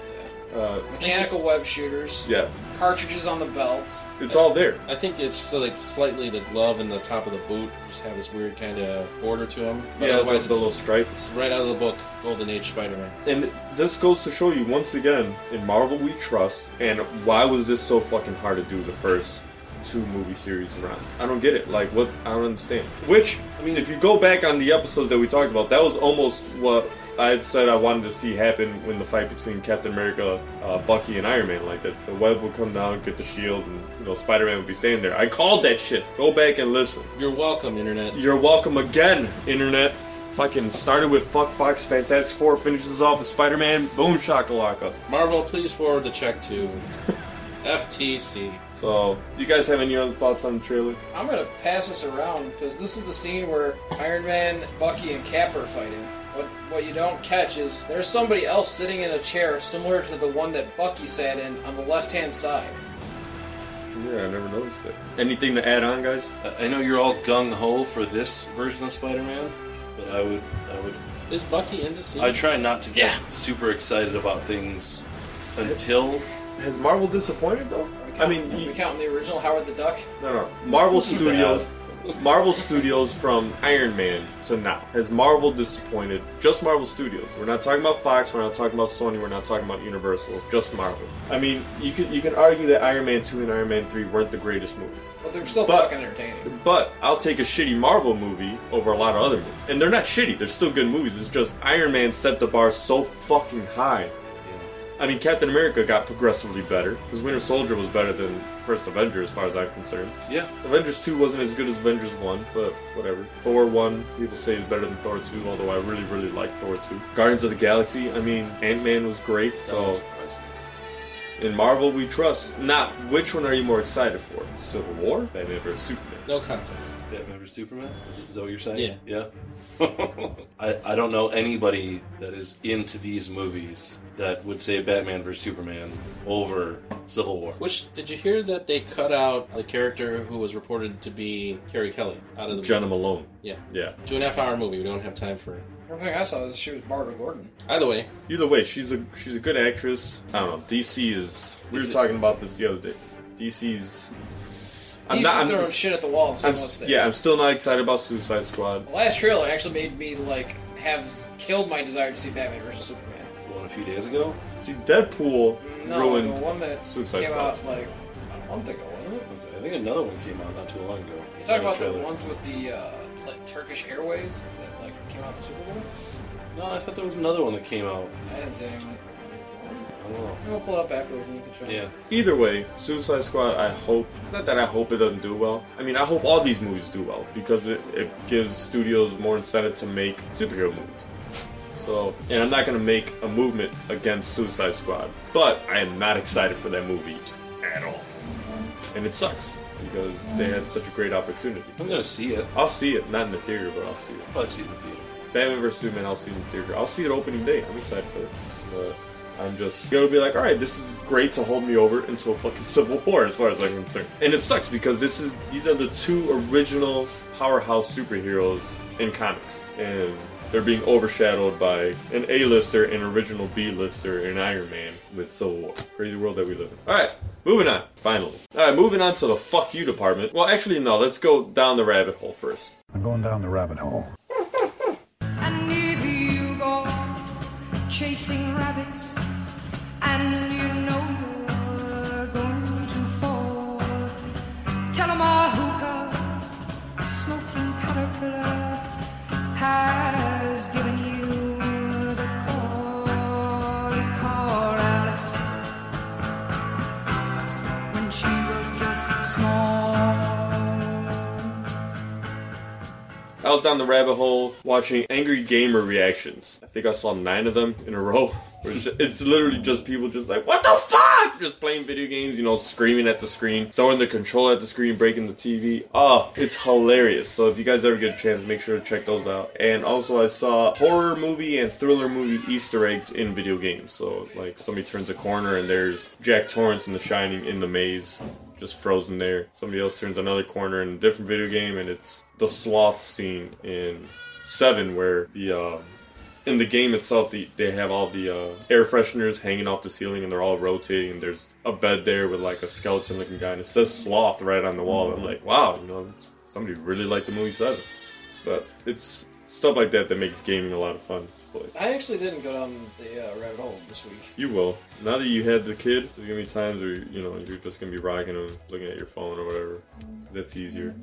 Uh, Mechanical web shooters. yeah, Cartridges on the belts. it's all there. I think it's so like slightly the glove and the top of the boot just have this weird kind of border to them. But yeah, otherwise, the it's, little stripe. it's right out of the book, Golden Age Spider-Man. And this goes to show you once again, in Marvel we trust, and why was this so fucking hard to do the first two movie series around? I don't get it. Like, what? I don't understand. Which, I mean, if you go back on the episodes that we talked about, that was almost what I had said I wanted to see happen when the fight between Captain America, uh, Bucky, and Iron Man. Like, that the web would come down, get the shield, and, you know, Spider Man would be standing there. I called that shit. Go back and listen. You're welcome, Internet. You're welcome again, internet. Fucking started with Fuck Fox, Fantastic Four finishes off with Spider Man, boom shakalaka. Marvel, please forward the check to FTC. So, you guys have any other thoughts on the trailer? I'm gonna pass this around because this is the scene where Iron Man, Bucky, and Cap are fighting. What what you don't catch is there's somebody else sitting in a chair similar to the one that Bucky sat in on the left hand side. Yeah, I never noticed it. Anything to add on, guys? Uh, I- I know you're all gung ho for this version of Spider-Man, but I would, I would, Is Bucky in the scene? I try not to get super excited about things until Has Marvel disappointed, though? I mean, Are we you, counting the original Howard the Duck? no, no. Marvel Studios. Marvel Studios from Iron Man to now. Has Marvel disappointed? Just Marvel Studios. We're not talking about Fox, we're not talking about Sony, we're not talking about Universal. Just Marvel. I mean, you can you can argue that Iron Man 2 and Iron Man 3 weren't the greatest movies. But they're still But- fucking entertaining. But I'll take a shitty Marvel movie over a lot of other movies. And they're not shitty, they're still good movies. It's just Iron Man set the bar so fucking high. I mean, Captain America got progressively better. Because Winter Soldier was better than First Avenger, as far as I'm concerned. yeah, Avengers 2 wasn't as good as Avengers 1, but whatever. Thor 1, people say is better than Thor 2, although I really, really like Thor 2. Guardians of the Galaxy, I mean, Ant Man was great. So, in Marvel, we trust. Not which one are you more excited for? Civil War? Batman vs. Superman. no context. Batman vs Superman. Is- Is that what you're saying? Yeah. yeah. I, I don't know anybody that is into these movies that would say Batman vs Superman over Civil War. Which did you hear that they cut out the character who was reported to be Carrie Kelly out of the Jenna Malone. Yeah. Yeah. Two and a half hour movie. We don't have time for it. Everything I saw was she was Barbara Gordon. Either way, Either way, she's a she's a good actress. I don't know. DC is. We were talking about this the other day. DC's. DC throwing shit at the wall and seeing I'm, what sticks. yeah, I'm still not excited about Suicide Squad. The last trailer actually made me like have killed my desire to see Batman versus Superman. The one a few days ago. See, Deadpool No, ruined. the one that Suicide came Squad. out like about a month ago, wasn't it? I think another one came out not too long ago. You talking about the Trailer. ones with the uh, like, Turkish Airways that like came out the Super Bowl? No, I thought there was another one that came out. I didn't see anyone. I don't know. We'll pull it up afterwards and you can try. Yeah. Either way, Suicide Squad, I hope. It's not that I hope it doesn't do well. I mean, I hope all these movies do well because it, it gives studios more incentive to make superhero movies. So, and I'm not going to make a movement against Suicide Squad, but I am not excited for that movie at all. And it sucks because they had such a great opportunity. I'm gonna see it. I'll see it, not in the theater, but I'll see it. I'll probably see it in the theater. Batman vs Superman, I'll see it in the theater. I'll see it opening day. I'm excited for it. But I'm just it'll be like, all right, this is great to hold me over until fucking Civil War, as far as I'm concerned. And it sucks because this is these are the two original powerhouse superheroes in comics, and they're being overshadowed by an A-lister, an original B-lister, and Iron Man with Civil War. Crazy world that we live in. All right, moving on. Finally, all right, moving on to the fuck you department. Well, actually, no, let's go down the rabbit hole first. I'm going down the rabbit hole. And if you go chasing rabbits, and you know you're going to fall, tell 'em a hookah, smoking caterpillar, has given you the call to call Alice when she was just small. I was down the rabbit hole watching angry gamer reactions. I think I saw nine of them in a row. Where It's ju- it's literally just people just like, what the fuck? Just playing video games, you know, screaming at the screen, throwing the controller at the screen, breaking the TV. Oh, it's hilarious. So if you guys ever get a chance, make sure to check those out. And also, I saw horror movie and thriller movie Easter eggs in video games. So, like, somebody turns a corner and there's Jack Torrance in The Shining in the maze. Just frozen there. Somebody else turns another corner in a different video game, and it's the sloth scene in Seven, where the uh, in the game itself, the, they have all the uh, air fresheners hanging off the ceiling and they're all rotating. And there's a bed there with like a skeleton looking guy, and it says sloth right on the wall. I'm like, wow, you know, somebody really liked the movie Seven. But it's stuff like that that makes gaming a lot of fun to play. I actually didn't go down the uh, rabbit hole this week. You will. Now that you had the kid, there's gonna be times where you know you're just gonna be rocking and looking at your phone or whatever. That's easier.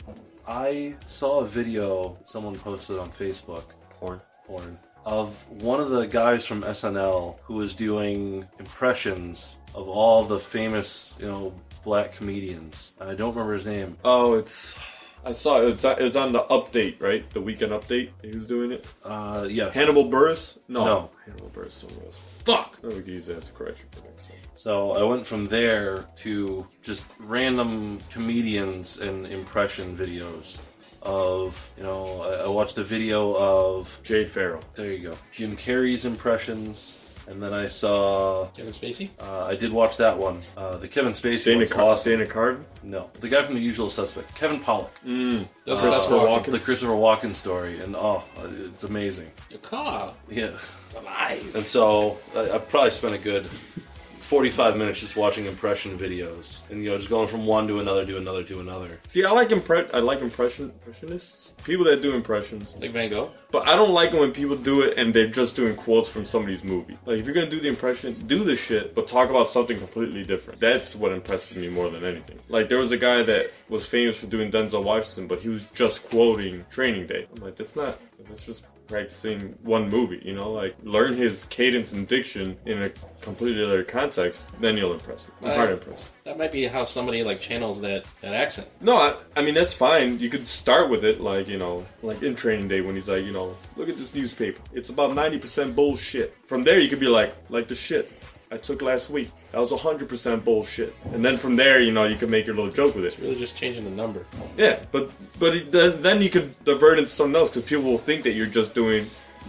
I saw a video someone posted on Facebook. Porn. porn of one of the guys from SNL who was doing impressions of all the famous, you know, black comedians. I don't remember his name. Oh, it's. I saw it. It's on, it's on the update, right? The weekend update. He was doing it. Uh, yes, Hannibal Burris? No. No. Hannibal Burris someone else. Fuck! Oh, we could use that as a correction for next time. So I went from there to just random comedians and impression videos of, you know, I, I watched a video of Jay Farrell. there you go, Jim Carrey's impressions, and then I saw Kevin Spacey? uh, I did watch that one, uh, the Kevin Spacey Dana, one's Car- awesome. Dana Carvey? No, the guy from The Usual Suspect, Kevin Pollak. Mm. Uh, That's Christopher that's walking. Walken. the Christopher Walken story, and oh, it's amazing. Your car. Yeah, It's alive. and so I, I probably spent a good forty-five minutes just watching impression videos, and you know, just going from one to another to another to another. See, I like impre- I like impression impressionists, people that do impressions. Like Van Gogh. But I don't like it when people do it and they're just doing quotes from somebody's movie. Like if you're gonna do the impression, do the shit, but talk about something completely different. That's what impresses me more than anything. Like there was a guy that was famous for doing Denzel Washington, but he was just quoting Training Day. I'm like, that's not. That's just practicing one movie. You know, like learn his cadence and diction in a completely other context, then you'll impress me. I'm hard Uh, impressed. That might be how somebody like channels that, that accent. No, I, I mean that's fine. You could start with it, like you know, like in Training Day when he's like, you know, look at this newspaper. It's about ninety percent bullshit. From there, you could be like, like the shit I took last week. That was hundred percent bullshit. And then from there, you know, you could make your little joke with it. Really just changing the number. Yeah, but but it, then, then you could divert into something else because people will think that you're just doing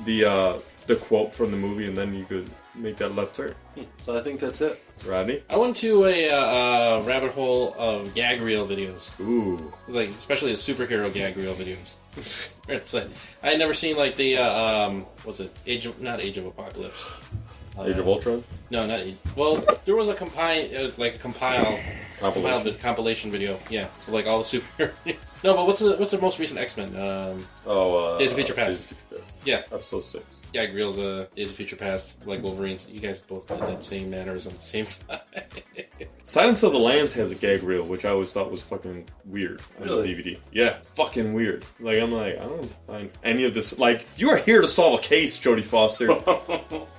the uh, the quote from the movie, and then you could make that left turn. So I think that's it. Rodney, I went to a uh, uh, rabbit hole of gag reel videos. ooh, It's like especially the superhero gag reel videos. it's like I had never seen like the uh, um, what's it? Age of, not Age of Apocalypse. Age of Ultron No, not Age- well. There was a compile, uh, like a compile, compiled compilation. vid- compilation video. Yeah, so like all the superheroes. no, but what's the what's the most recent X Men? Um, Oh, uh, Days of Future Past. Days of Future Past. yeah, Episode six. gag reels. Uh, Days of Future Past, like Wolverines. You guys both did that same manners at the same time. Silence of the Lambs has a gag reel, which I always thought was fucking weird on Really? the DVD. Yeah, fucking weird. Like I'm like, I don't find any of this. Like you are here to solve a case, Jodie Foster,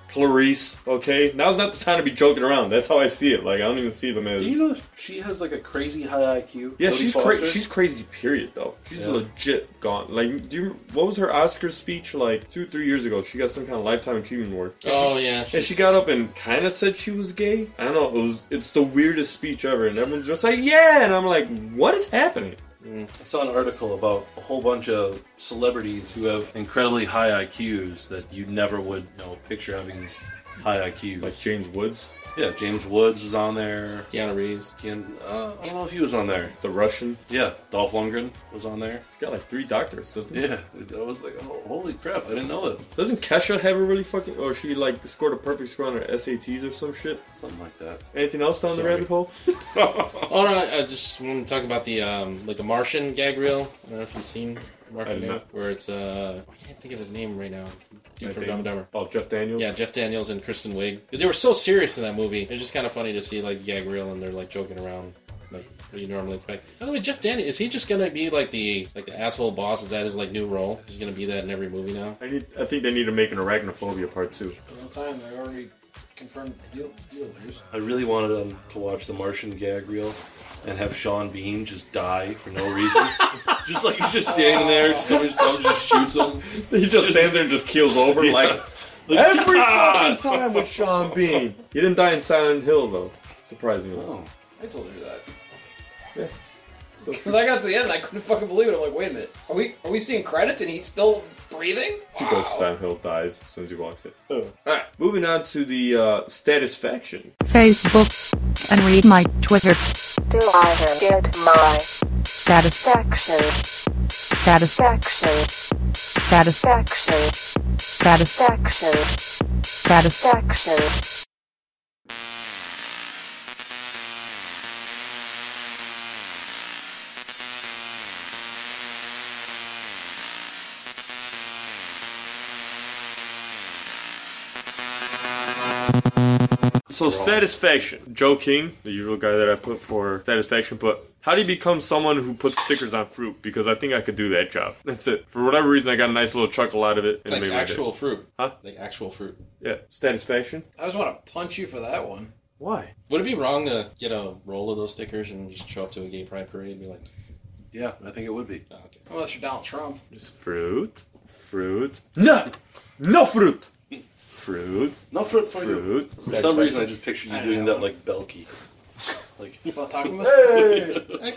Clarice. Okay, now's not the time to be joking around. That's how I see it. Like I don't even see them as. Do you know she has like a crazy high IQ? Yeah, Jodie she's Foster? cra- she's crazy. Period, though. She's Yeah. legit gone. Like, do you what was her Oscar speech like two, three years ago? She got some kind of lifetime achievement award. oh yeah, And she got up and kind of said she was gay. I don't know. It was. It's the weirdest speech ever, and everyone's just like, "Yeah," and I'm like, "What is happening?" I saw an article about a whole bunch of celebrities who have incredibly high IQs that you never would you know picture having high IQs. Like James Woods, yeah, James Woods was on there. Keanu Reeves. Ian- uh, I don't know if he was on there. the Russian. Yeah, Dolph Lundgren was on there. He's got like three doctors, doesn't he? Yeah, I was like, oh, holy crap, I didn't know that. Doesn't Kesha have a really fucking? Or she like scored a perfect score on her SATs or some shit? Something like that. Anything else down the Sorry. rabbit hole? Oh no, I I just want to talk about the um, like the Martian gag reel. I don't know if you've seen I Martian, did gag- not. where it's uh, I can't think of his name right now. Dude from Dumb and Dumber. Oh, Jeff Daniels. Yeah, Jeff Daniels and Kristen Wiig. 'Cause They were so serious in that movie. It's just kind of funny to see like gag reel and they're like joking around. Like what you normally expect. By the way, Jeff Daniels is he just gonna be like the like the asshole boss? Is that his like new role? He's gonna be that in every movie now. I need. I think they need to make an arachnophobia part two. Real time, they already confirmed heel, heel juice. I really wanted them to watch the Martian gag reel and have Sean Bean just die for no reason. just like he's just standing there, somebody comes, just shoots him. He just stands there and just keels over like. Every God. fucking time with Sean Bean. He didn't die in Silent Hill though, surprisingly. Oh. I told you that. Yeah. Because I got to the end, and I couldn't fucking believe it. I'm like, wait a minute, are we are we seeing credits and he's still breathing? He goes Wow. Silent Hill dies as soon as he walks in. Alright, moving on to the uh, satisfaction. Facebook, and read my Twitter Do I get my satisfaction, faction? satisfaction, Faction. satisfaction, Faction. satisfaction, Faction. Faction. So satisfaction. Joe King, the usual guy that I put for satisfaction, but how do you become someone who puts stickers on fruit? Because I think I could do that job. That's it. For whatever reason, I got a nice little chuckle out of it. And Like maybe I did. actual fruit. Huh? Like actual fruit. Yeah, satisfaction. I just want to punch you for that one. Why? Would it be wrong to get a roll of those stickers and just show up to a gay pride parade and be like, Yeah, I think it would be. oh, okay. Unless you're Donald Trump. Just fruit, fruit. No, no fruit. Fruit, No fruit for you. fruit. For some reason, I just pictured you I doing know. that like Belky. Like, About talking about hey! I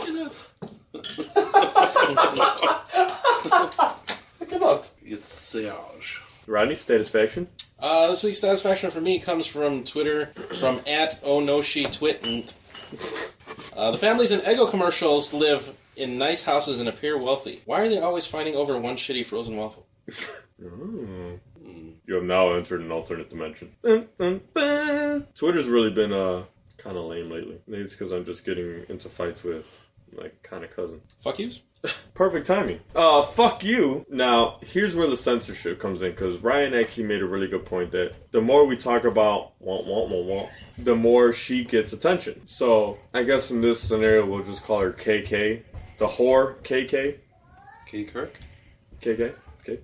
cannot. it's Serge. Rodney, satisfaction. Uh, this week's satisfaction for me comes from Twitter, from at onoshitwitent. Uh, the families in Eggo commercials live in nice houses and appear wealthy. Why are they always fighting over one shitty frozen waffel? You have now entered an alternate dimension. Dun, dun, dun. Twitter's really been uh kind of lame lately. Maybe it's because I'm just getting into fights with like kind of cousin. Fuck yous. Perfect timing. Uh, fuck you. Now, here's where the censorship comes in because Ryan actually made a really good point that the more we talk about want, want, want, want, the more she gets attention. So, I guess in this scenario, we'll just call her KK. The whore, KK. Katie Kirk KK. Okay.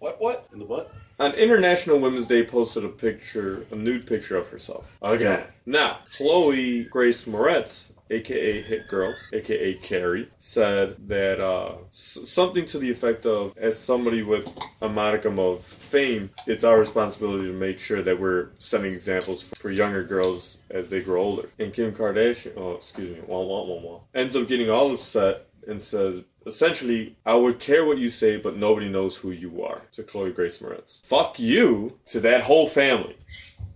What? What? in the butt. On International Women's Day, posted a picture, a nude picture of herself. Again. Now, Chloe Grace Moretz, aka Hit Girl, aka Carrie, said that uh, s- something to the effect of, as somebody with a modicum of fame, it's our responsibility to make sure that we're setting examples for younger girls as they grow older. And Kim Kardashian, oh, excuse me, wah, wah, wah, wah, ends up getting all upset and says, essentially, I would care what you say, but nobody knows who you are. To Chloe Grace Moretz. Fuck you to that whole family.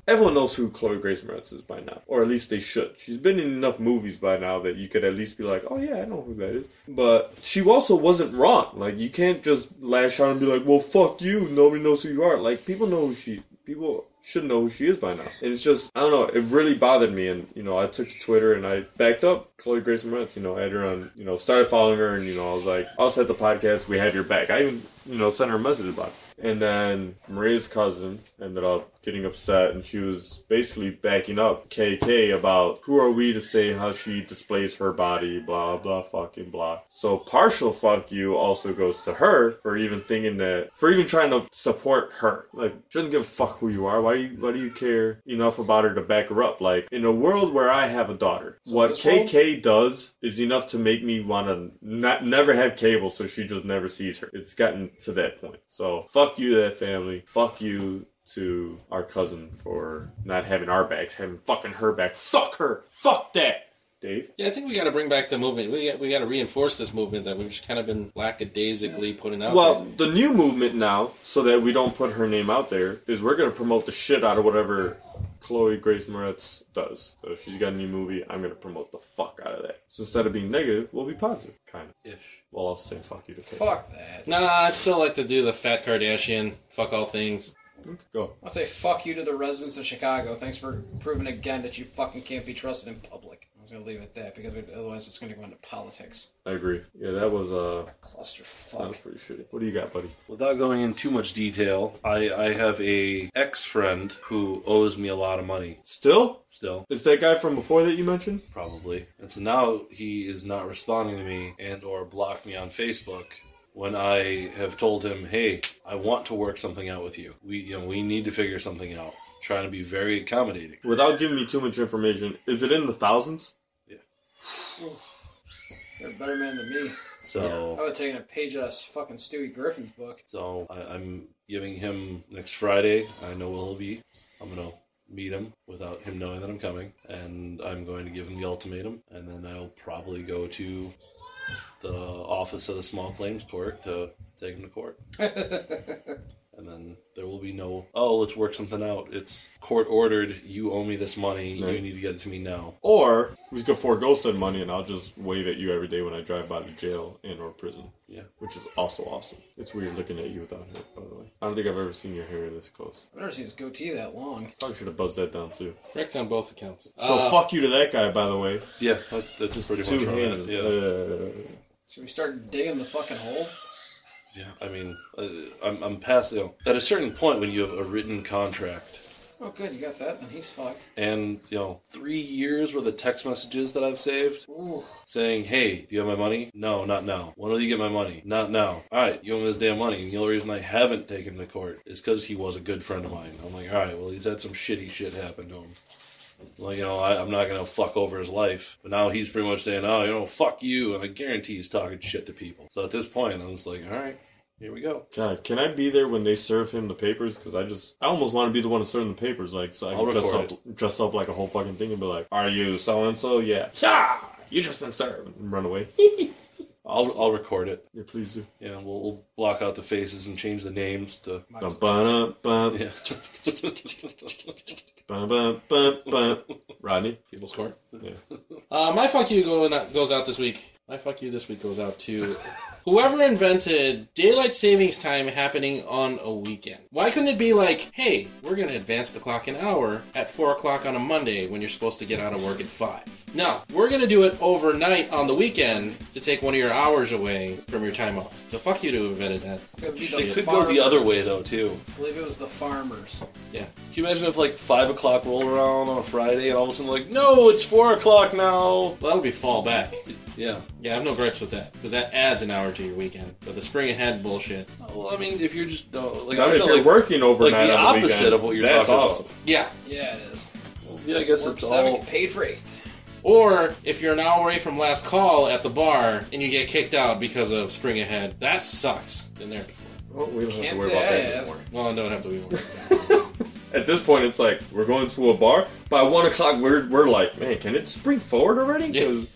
Everyone knows who Chloe Grace Moretz is by now, or at least they should. She's been in enough movies by now that you could at least be like, "Oh yeah, I know who that is." But she also wasn't wrong. Like you can't just lash out and be like, "Well, fuck you, nobody knows who you are." Like people know who she people should know who she is by now. And it's just I don't know, it really bothered me and you know, I took to Twitter and I backed up Chloe Grace Moretz, you know, I had her on you know, started following her and you know, I was like, I'll set the podcast, we have your back. I even, you know, sent her a message about it. And then Maria's cousin ended up getting upset and she was basically backing up KK about who are we to say how she displays her body, blah blah fucking blah. So partial fuck you also goes to her for even thinking that for even trying to support her. Like she doesn't give a fuck who you are. Why do you why do you care enough about her to back her up? Like in a world where I have a daughter, what this world? KK does is enough to make me wanna not never have cable so she just never sees her. It's gotten to that point. So fuck you to that family. Fuck you to our cousin for not having our backs, having fucking her back. Fuck her. Fuck that. Dave? Yeah, I think we got to bring back the movement. We got, we got to reinforce this movement that we've just kind of been lackadaisically putting out. Well, there. the new movement now, so that we don't put her name out there, is we're gonna promote the shit out of whatever Chloe Grace Moretz does. So if she's got a new movie, I'm gonna promote the fuck out of that. So instead of being negative, we'll be positive, kind of. Ish. Well, I'll say fuck you to Kate. Fuck that. nah, I'd still like to do the fat Kardashian. Fuck all things. Go. I'll say fuck you to the residents of Chicago. Thanks for proving again that you fucking can't be trusted in public. I'm just gonna leave it at that because we, otherwise it's gonna go into politics. I agree. Yeah, that was uh, that was Clusterfuck. pretty shitty. What do you got, buddy? Without going in too much detail, I, I have a ex friend who owes me a lot of money Still, still. is that guy from before that you mentioned? probably. And so now he is not responding to me and or blocked me on Facebook when I have told him, "Hey, I want to work something out with you. We you know, we need to figure something out." Trying to be very accommodating. Without giving me too much information, is it in the thousands? You're a better man than me. So I would have taken a page out of fucking Stewie Griffin's book. so I, I'm giving him next Friday. I know where he'll be. I'm gonna meet him without him knowing that I'm coming, and I'm going to give him the ultimatum, and then I'll probably go to the office of the small claims court to take him to court. And then there will be no, oh, let's work something out. It's court ordered. You owe me this money. You Right. need to get it to me now. Or we could forego said money and I'll just wave at you every day when I drive by the jail and or prison. Yeah. Which is also awesome. It's weird looking at you without hair, by the way. I don't think I've ever seen your hair this close. I've never seen his goatee that long. Probably should have buzzed that down too. Correct on both accounts. So fuck you to that guy, by the way. Yeah, that's, that's Just Uh, pretty two much right. hands. Yeah. Uh, Should we start digging the fucking hole? Yeah, I mean, uh, I'm, I'm past, you know, at a certain point when you have a written contract Oh, good, you got that. Then he's fucked. and, you know, three years worth of text messages that I've saved Ooh, saying, hey, do you have my money? No, not now. When will you get my money? Not now. All right, you owe me this damn money. And the only reason I haven't taken him to court is because he was a good friend of mine. I'm like, all right, well, he's had some shitty shit happen to him. Like, you know, I, I'm not going to fuck over his life. But now he's pretty much saying, oh, you know, fuck you. And I guarantee he's talking shit to people. So at this point, I'm just like, all right, here we go. God, can I be there when they serve him the papers? Because I just, I almost want to be the one to serve him the papers, like so I I'll can dress record up, dress up like a whole fucking thing and be like, "Are you so and so? Yeah, yeah, you just been served." And run away. I'll, I'll record it. yeah, please do. Yeah, we'll, we'll block out the faces and change the names to. Bum, bum, bum, Yeah. bum, bum, bum, bum. Rodney. People's Court. Yeah. Uh, my fuck you go, goes out this week. My fuck you this week goes out to whoever invented daylight savings time happening on a weekend. Why couldn't it be like, hey, we're gonna advance the clock an hour at four o'clock on a Monday when you're supposed to get out of work at five? No, we're gonna do it overnight on the weekend to take one of your hours away from your time off. So fuck you to have invented that. could be the they could go the other way, farmers. though, too. I believe it was the farmers. Yeah. Can you imagine if, like, 5 o'clock rolled around on a Friday and all of a sudden, like, no, it's 4 o'clock now? Well, that would be fall back. Yeah. Yeah, I have no gripes with that because that adds an hour to your weekend. But the spring ahead bullshit. Well, I mean, if you're just. No, like, I I'm mean, if not, you're like, working overnight, like the on the opposite weekend, of what you're that's talking awesome. Yeah, Yeah, it is. about. Yeah, I guess Work it's seven, all. get paid for eight. Or if you're an hour away from last call at the bar and you get kicked out because of spring ahead, that sucks. Been there before. Oh, Well, we don't have to Can't worry about say I that have. anymore. Well, don't have to be worried. At this point, it's like we're going to a bar. By one o'clock, we're we're like, man, can it spring forward already? 'Cause-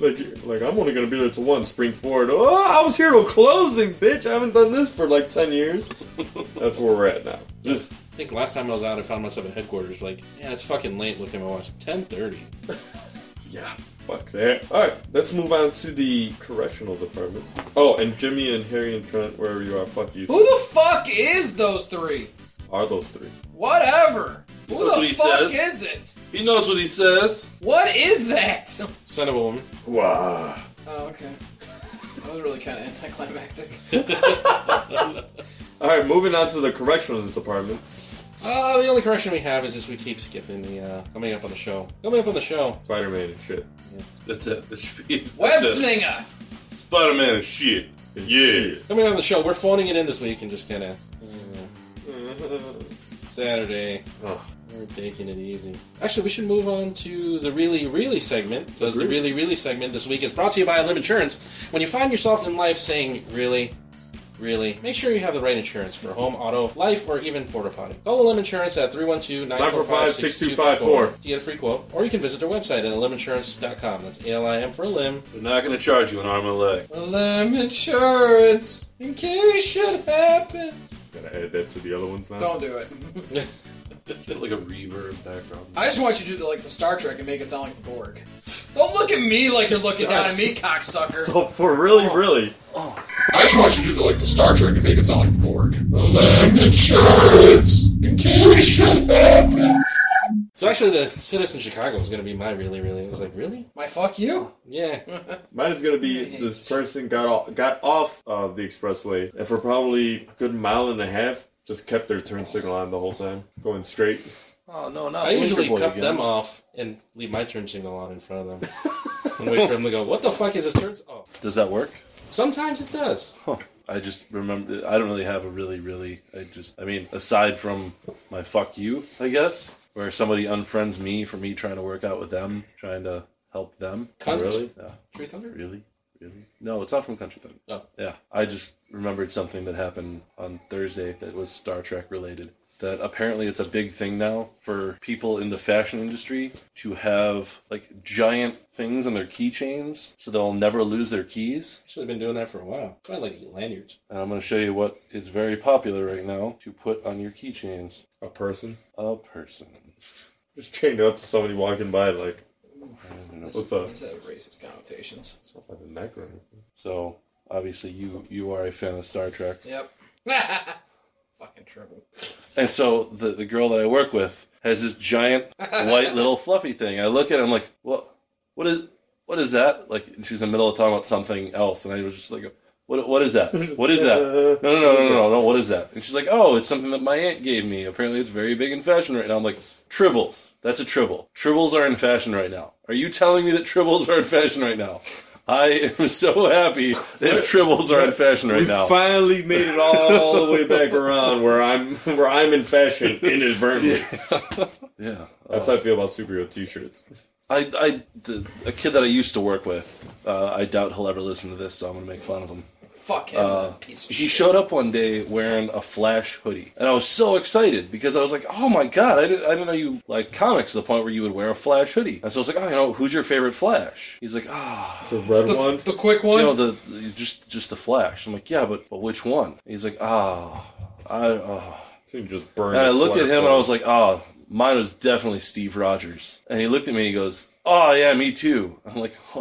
like, you're- like I'm only gonna be there till one. Spring forward. Oh, I was here till closing, bitch. I haven't done this for like ten years. That's where we're at now. Just- I think last time I was out, I found myself at headquarters. Like, yeah, it's fucking late. Looked at my watch, ten thirty. yeah, fuck that. All right, let's move on to the correctional department. Oh, and Jimmy and Harry and Trent, wherever you are, fuck you. Who the fuck is those three? are those three? Whatever. Who That's the what he fuck says. is it? He knows what he says. What is that? Son of a woman. Wow. Oh, okay. That was really kind of anticlimactic. All right, moving on to the corrections department. Uh, the only correction we have is just we keep skipping the uh, coming up on the show. Coming up on the show. Spider-Man and shit. That's it. That should be. Web that's it. Slinger! Spider Man is shit. Yeah. Coming up on the show. We're phoning it in this week and just kind of Saturday. Mm-hmm. Ugh. We're taking it easy. Actually, we should move on to the really, really segment because the Agreed. really, really segment this week is brought to you by Live Insurance. When you find yourself in life saying really, really, make sure you have the right insurance for home, auto, life, or even porta potty. Call Lim Insurance at 312-945-6254 to get a free quote, or you can visit their website at liminsurance.com. That's A-L-I-M for limb. They're not going to charge you an arm and a leg. Limb insurance, in case shit happens. Gotta add that to the other ones now. Don't do it. Get like a reverb background. I just want you to do like the Star Trek and make it sound like the Borg. Don't look at me like you're looking down at me, cocksucker. So Oh, for really, Oh. really, I just want you to do like the Star Trek and make it sound like the Borg. Lamb insurance in case shit happens. So actually, the Citizen Chicago is going to be my really, really. It was like, really? My fuck you. Yeah. Hmm. mine is gonna be this person got off, got off of the expressway, and for probably a good mile and a half, just kept their turn signal on the whole time, going straight. Oh, no, not I usually Blinker Boy cut again. them off and leave my turn signal on in front of them and wait for them to go, what the fuck is this turn? Oh, Does that work? sometimes it does. Huh. I just remember. I don't really have a really, really. I just. I mean, aside from my fuck you, I guess, where somebody unfriends me for me trying to work out with them, trying to help them. Cunt. Really? Yeah. Tree Thunder? Really? Really? No, it's not from Country Thunder. Oh. Yeah, I just remembered something that happened on Thursday that was Star Trek related. That apparently it's a big thing now for people in the fashion industry to have like giant things on their keychains so they'll never lose their keys. Should have been doing that for a while. I like lanyards. And I'm going to show you what is very popular right now to put on your keychains A person a person. just chained up to somebody walking by, like what's up? These have racist connotations. It's not like a neck or anything. So obviously you you are a fan of Star Trek. Yep. Fucking trouble. And so the, the girl that I work with has this giant white little fluffy thing. I look at it, I'm like, what what is what is that? Like and she's in the middle of talking about something else and I was just like what, what is that? What is that? No, no, no, no, no, no. What is that? And she's like, oh, it's something that my aunt gave me. Apparently, it's very big in fashion right now. I'm like, tribbles. That's a tribble. Tribbles are in fashion right now. Are you telling me that tribbles are in fashion right now? I am so happy that tribbles are in fashion right We now. finally made it all the way back around where I'm where I'm in fashion inadvertently. yeah. That's how I feel about superhero T-shirts. I, I the, a kid that I used to work with. Uh, I doubt he'll ever listen to this, so I'm gonna make fun of him. Fuck him, Uh, piece of He shit. showed up one day wearing a Flash hoodie, and I was so excited because I was like, "Oh my god, I didn't, I didn't know you like comics to the point where you would wear a Flash hoodie." And so I was like, "Oh, you know, who's your favorite Flash?" He's like, "Ah, The red the, one. the quick you one. know, the, the- just just the Flash." I'm like, "Yeah, but, but which one?" He's like, "Ah, I." Uh. You just burn. And I looked at him and I was like, "Oh, mine was definitely Steve Rogers." And he looked at me and he goes, "Oh yeah, me too." I'm like,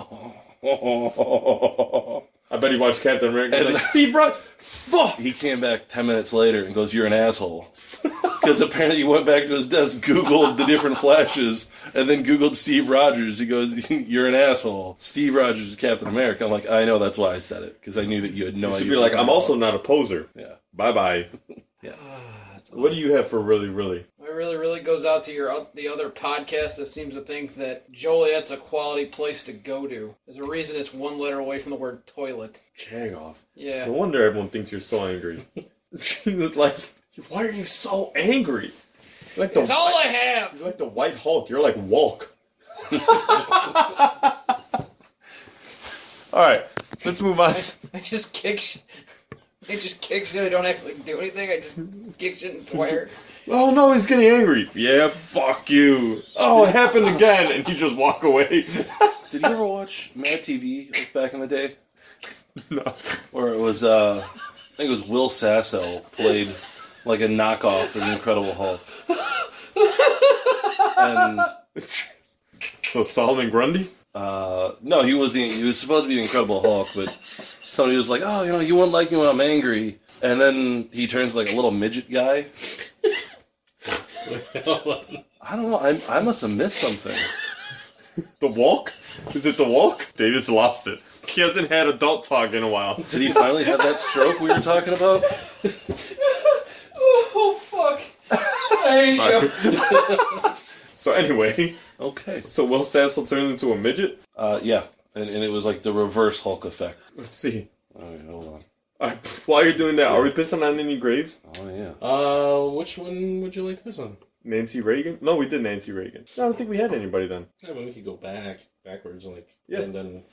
"Oh." I bet he watched Captain America. He's And- like, Steve Rogers. Fuck! He came back 10 minutes later and goes, You're an asshole. Because apparently he went back to his desk, Googled the different flashes, and then Googled Steve Rogers. He goes, You're an asshole. Steve Rogers is Captain America. I'm like, I know, that's why I said it. Because I knew that you had no You idea. should be what like, you I'm were also about." not a poser. Yeah. Bye bye. Yeah. What do you have for really, really? It really, really goes out to your the other podcast that seems to think that Joliet's a quality place to go to. There's a reason it's one letter away from the word toilet. Jag off. No Yeah, wonder everyone thinks you're so angry. It's like, why are you so angry? You're like the, it's all I have. you're like the White Hulk. You're like Walk. all right, let's move on. I just kick. sh- I just kick shit. I don't actually do anything. I just kick shit and swear. Oh no, he's getting angry. Yeah, fuck you. Oh, it happened again, and you just walk away. Did you ever watch Mad TV like, back in the day? No. Or it was, uh, I think it was Will Sasso played like a knockoff of the Incredible Hulk. And so Solomon Grundy. Uh, no, he was the he was supposed to be the Incredible Hulk, but somebody was like, "Oh, you know, you wouldn't like me when I'm angry." And then he turns like a little midget guy. I don't know. I, I must have missed something. The Walk? Is it The Walk? David's lost it. He hasn't had adult talk in a while. Did he finally have that stroke we were talking about? Oh fuck! There you go. So anyway, Okay. so Will Sassel turns into a midget. Uh, yeah, and, and it was like the reverse Hulk effect. Let's see. Oh, yeah, hold on. All right, while you're doing that, are we pissing on any graves? Oh yeah. Uh, which one would you like to miss on? Nancy Reagan? No, we did Nancy Reagan. I don't think we had anybody then. Yeah, but we could go back, backwards, like, Yeah. and then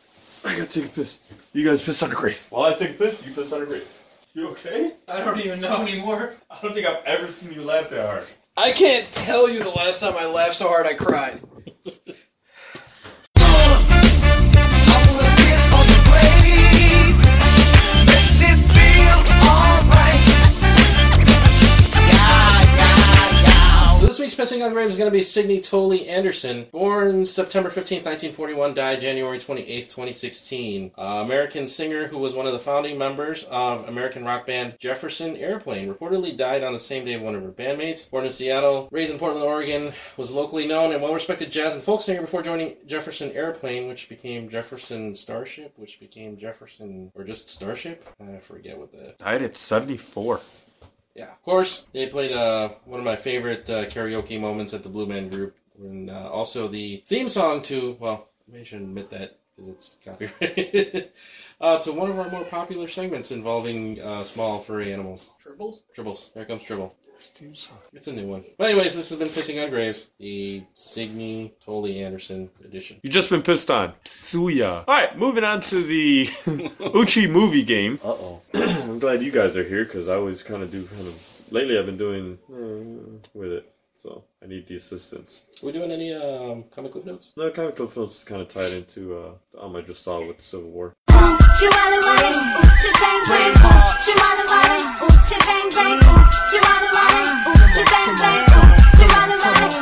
I gotta take a piss. You guys piss on a grave. While I take a piss, you piss on a grave. You okay? I don't even know anymore. I don't think I've ever seen you laugh that hard. I can't tell you the last time I laughed so hard I cried. This week's Pissing on Grave is going to be Signe Tolley Anderson, born September 15, 1941, died January 28, 2016. Uh, American singer who was one of the founding members of American rock band Jefferson Airplane, reportedly died on the same day of one of her bandmates. Born in Seattle, raised in Portland, Oregon, was locally known and well-respected jazz and folk singer before joining Jefferson Airplane, which became Jefferson Starship, which became Jefferson, or just Starship? I forget what the Died at 74. yeah, of course. They played uh, one of my favorite uh, karaoke moments at the Blue Man Group, and uh, also the theme song to well, we should admit that because it's copyrighted. uh, to one of our more popular segments involving uh, small furry animals, Tribbles? tribbles. Here comes tribble. It's a new one. But anyways, this has been Pissing on Graves, the Signe Tolly Anderson edition. You've just been pissed on. Psuya. All right, moving on to the Uchi movie game. Uh oh. I'm glad you guys are here because I always kind of do kind of. Lately, I've been doing uh, with it, so I need the assistance. Are we doing any um, comic clip notes? No, comic book films is kind of tied into uh, the album I just saw with Civil War.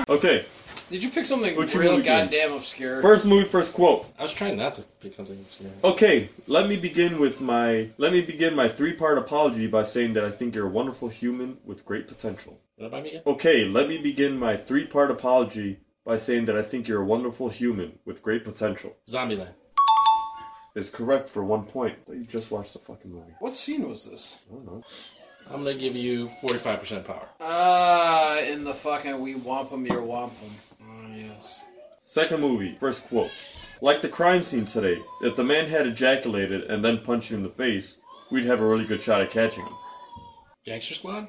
Okay, Did you pick something What you real really did. goddamn obscure? first movie, first quote. I was trying not to pick something. obscure. Okay, let me begin with my let me begin my three part apology by saying that I think you're a wonderful human with great potential. Did I buy me yet? Okay, let me begin my three part apology by saying that I think you're a wonderful human with great potential. Zombieland. Is correct for one point. But you just watched the fucking movie. What scene was this? I don't know. I'm gonna give you 45% power. Ah, in the fucking we wampum your wampum. Oh, yes. Second movie, first quote. Like the crime scene today, if the man had ejaculated and then punched you in the face, we'd have a really good shot at catching him. Gangster Squad.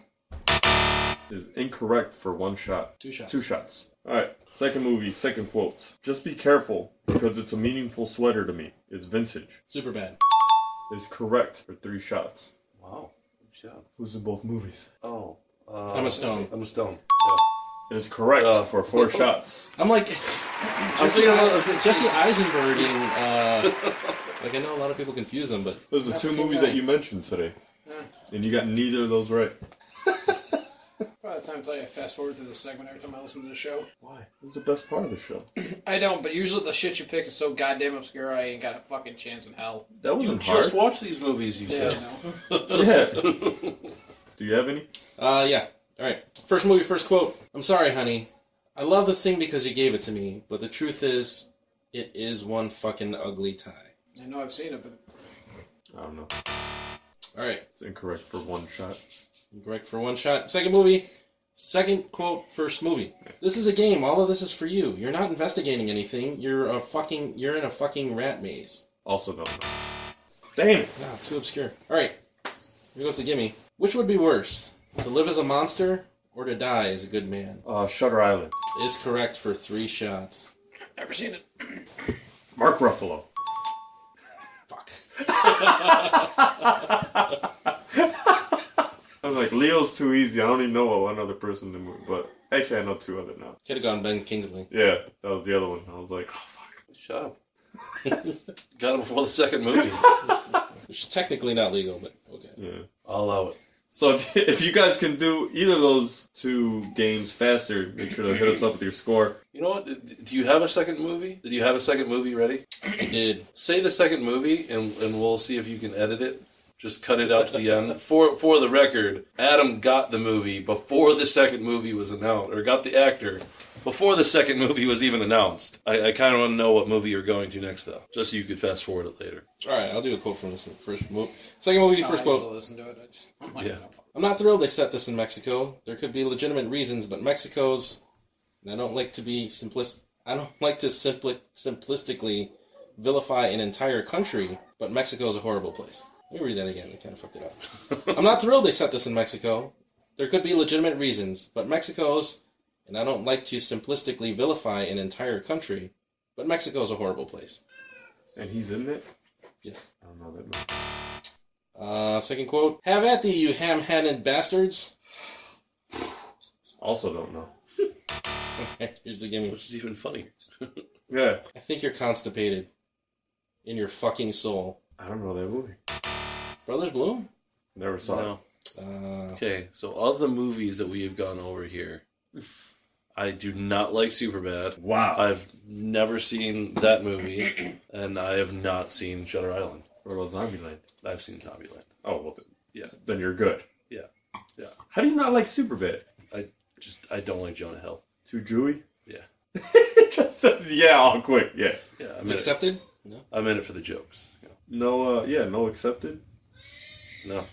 Is incorrect for one shot. Two shots. Two shots. Alright, second movie, second quote. Just be careful, because it's a meaningful sweater to me. It's vintage. Super bad. Is correct for three shots. Wow. Good job. Who's in both movies? Oh. Uh, Emma Stone. I'm a stone. Is correct Uh, for four shots. I'm like Jesse, uh, Jesse Eisenberg and uh, like I know a lot of people confuse them, but Those are two seen movies that. that you mentioned today. Yeah. And you got neither of those right. By the time I fast forward through the segment every time I listen to the show, Why? This is the best part of the show. I don't. But usually the shit you pick is so goddamn obscure, I ain't got a fucking chance in hell. That wasn't Just hard. watch these movies, you Yeah, said. no. Yeah. Do you have any? uh, yeah. All right. First movie, first quote. I'm sorry, honey. I love this thing because you gave it to me, but the truth is, it is one fucking ugly tie. I know I've seen it, but I don't know. All right. It's incorrect for one shot. Correct for one shot. Second movie, second quote, first movie. This is a game. All of this is for you. You're not investigating anything. You're a fucking. You're in a fucking rat maze. Also don't know. Damn it. Ah, too obscure. All right. Here goes the gimme. Which would be worse, to live as a monster or to die as a good man? Uh, Shutter Island. Is correct for three shots. never seen it. Mark Ruffalo. Fuck. I was like, Leo's too easy. I only know one other person in the movie, but actually I know two other now. Could have gone Ben Kingsley. Yeah, that was the other one. I was like, oh fuck. Shut up. Got it before the second movie. Which is technically not legal, but okay. Yeah. I'll allow it. So if, if you guys can do either of those two games faster, make sure to hit us up with your score. You know what? Do you have a second movie? Do you have a second movie ready? I did. Say the second movie, and and we'll see if you can edit it. Just cut it out to the end. For for the record, Adam got the movie before the second movie was announced, or got the actor before the second movie was even announced. I, I kind of want to know what movie you're going to next, though, just so you could fast forward it later. All right, I'll do a quote from this one. first movie. Second movie, No, first I usually quote. listen to it. I just, I'm like, Yeah. no, fuck. I'm not thrilled they set this in Mexico. There could be legitimate reasons, but Mexico's. And I don't like to be simplistic. I don't like to simpli- simplistically vilify an entire country, but Mexico's a horrible place. Let me read that again. I kind of fucked it up. I'm not thrilled they set this in Mexico. There could be legitimate reasons, but Mexico's. And I don't like to simplistically vilify an entire country, but Mexico's a horrible place. And he's in it? Yes. I don't know that movie. Uh, second quote: "Have at thee, you ham-handed bastards." Also don't know. Here's the gimme. Which is even funnier. Yeah. I think you're constipated in your fucking soul. I don't know that movie. Brothers Bloom? Never saw No. it. Uh, Okay, so of the movies that we have gone over here, I do not like Superbad. Wow. I've never seen that movie, and I have not seen Shutter Island. Or was Zombieland? I've seen Zombieland. Oh well, then, Yeah, then you're good. yeah. How do you not like Superbad? I just I don't like Jonah Hill. Too Jewy? Yeah, it just says yeah all quick. Yeah. yeah. I'm in, it. accepted? No. I'm in it for the jokes. Yeah. No. Uh, yeah. No accepted. No,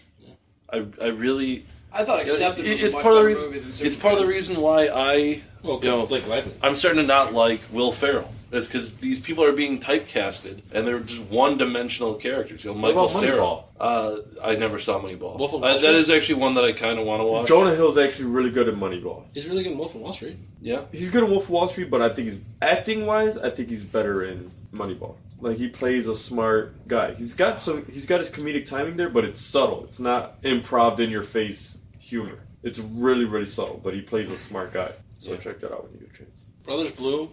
I I really I thought Accepted It- was a it's much part of better the movie reason. than It's part of Superman. the reason why I Well, you know, Blake Lively. I'm starting to not like Will Ferrell. It's because these people are being typecasted, and they're just one-dimensional characters. You know, Michael about Cera. Moneyball? Uh, I never saw Moneyball. Wolf of Uh, Wall that Street. is actually one that I kind of want to watch. Jonah Hill's actually really good at Moneyball. He's really good in Wolf of Wall Street. Yeah, He's good at Wolf of Wall Street, but I think he's acting wise. I think he's better in Moneyball. Like he plays a smart guy. He's got some. He's got his comedic timing there, but it's subtle. It's not improv in your face humor. It's really really subtle, but he plays a smart guy. So Yeah. check that out when you get a chance. Brothers Bloom,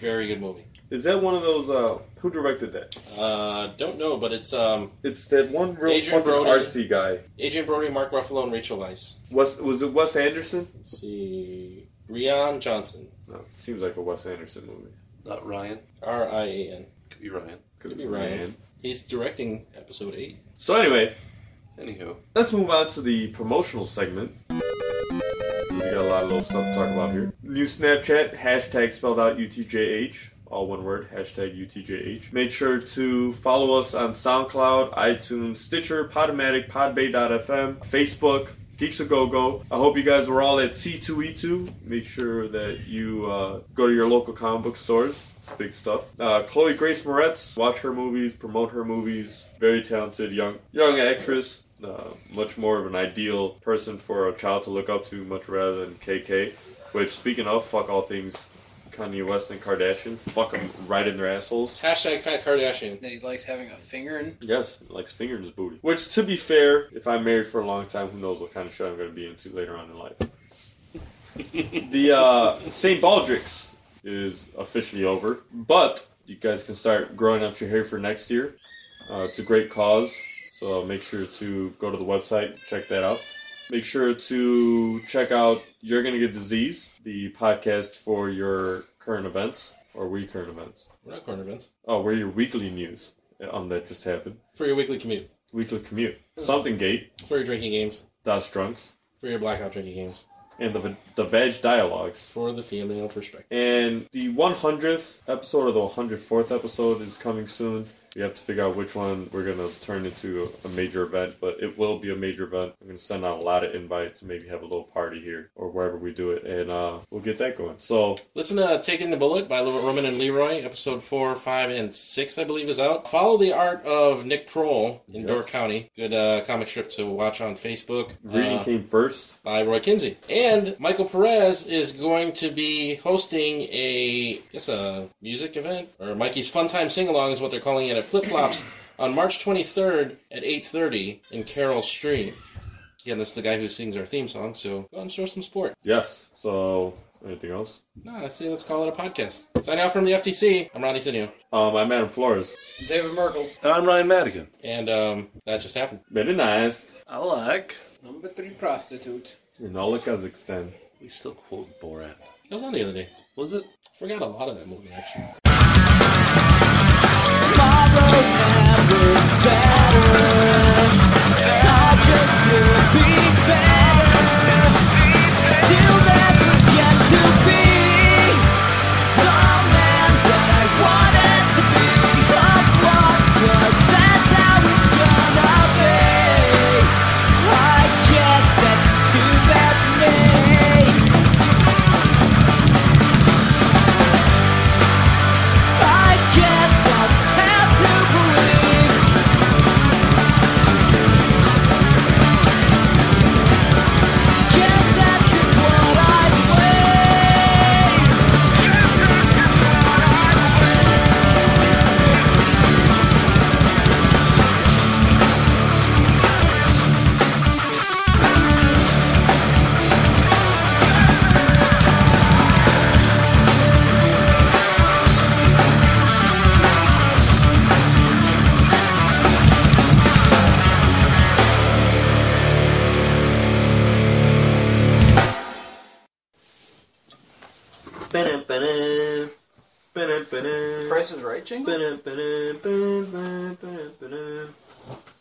very good movie. Is that one of those? uh Who directed that? Uh, don't know, but it's um, It's that one real Adrian fucking Brody. artsy guy. Adrian Brody, Mark Ruffalo, and Rachel Weisz. Wes was it Wes Anderson? Let's see, Rian Johnson, No, seems like a Wes Anderson movie. not Ryan. R I A N. Could be Ryan. Could be Ryan. He's directing episode eight. So anyway, Anywho, Let's move on to the promotional segment. We got a lot of little stuff to talk about here. New Snapchat, hashtag spelled out UTJH, all one word, hashtag UTJH. Make sure to follow us on SoundCloud, iTunes, Stitcher, Podomatic, Podbay.fm, Facebook, Geeks A Go Go. I hope you guys were all at C2E2. Make sure that you uh, go to your local comic book stores. It's big stuff. Uh, Chloe Grace Moretz, watch her movies, promote her movies. Very talented young young actress. Uh, much more of an ideal person for a child to look up to, much rather than KK. Which, speaking of, fuck all things Kanye West and Kardashian. Fuck them right in their assholes. Hashtag Fat Kardashian. That he likes having a finger in. Yes, likes finger in his booty. Which, to be fair, if I'm married for a long time, who knows what kind of shit I'm going to be into later on in life. the uh, St. Baldrick's is officially over, but you guys can start growing out your hair for next year. Uh, it's a great cause, so make sure to go to the website, check that out. Make sure to check out You're Gonna Get Disease, the podcast for your current events, or we current events. We're not corner events. Oh, we're your weekly news um, that just happened For your weekly commute. weekly commute. Something gate, For your drinking games. Das Drunks, For your blackout drinking games. and the the Veg Dialogues. For the female perspective. And the 100th episode or the 104th episode is coming soon. We have to figure out which one we're going to turn into a major event, but it will be a major event. I'm going to send out a lot of invites, maybe have a little party here or wherever we do it, and uh, we'll get that going. So, Listen to Taking the Bullet by Little Roman and Leroy. Episode 4, 5, and 6, I believe, is out. Follow the art of Nick Prohl in Door County. Good uh, comic strip to watch on Facebook. reading Uh, came first. by Roy Kinsey. And Michael Perez is going to be hosting a, I guess a music event or Mikey's Fun Time Sing Along is what they're calling it at Flip Flops on March 23rd at 8:30 in Carroll Street. Again, this is the guy who sings our theme song, so go out and show some support. Yes. So, anything else? No, I say let's call it a podcast. Sign out from the FTC. I'm Ronnie Sinio, Um, I'm Adam Flores. David Merkel. and I'm Ryan Madigan. and um, that just happened. Very nice. I like. Number three prostitute. In all of Kazakhstan. We still quote Borat. It was on the other day. Was it? Forgot a lot of that movie actually. I guess I'll just have to believe Guess that's just what I believe Ba-dum-ba-dum. Ba-dum-ba-dum. Price is right, Jingle? Ba-dum-ba-dum, ba-dum-ba-dum, ba-dum-ba-dum.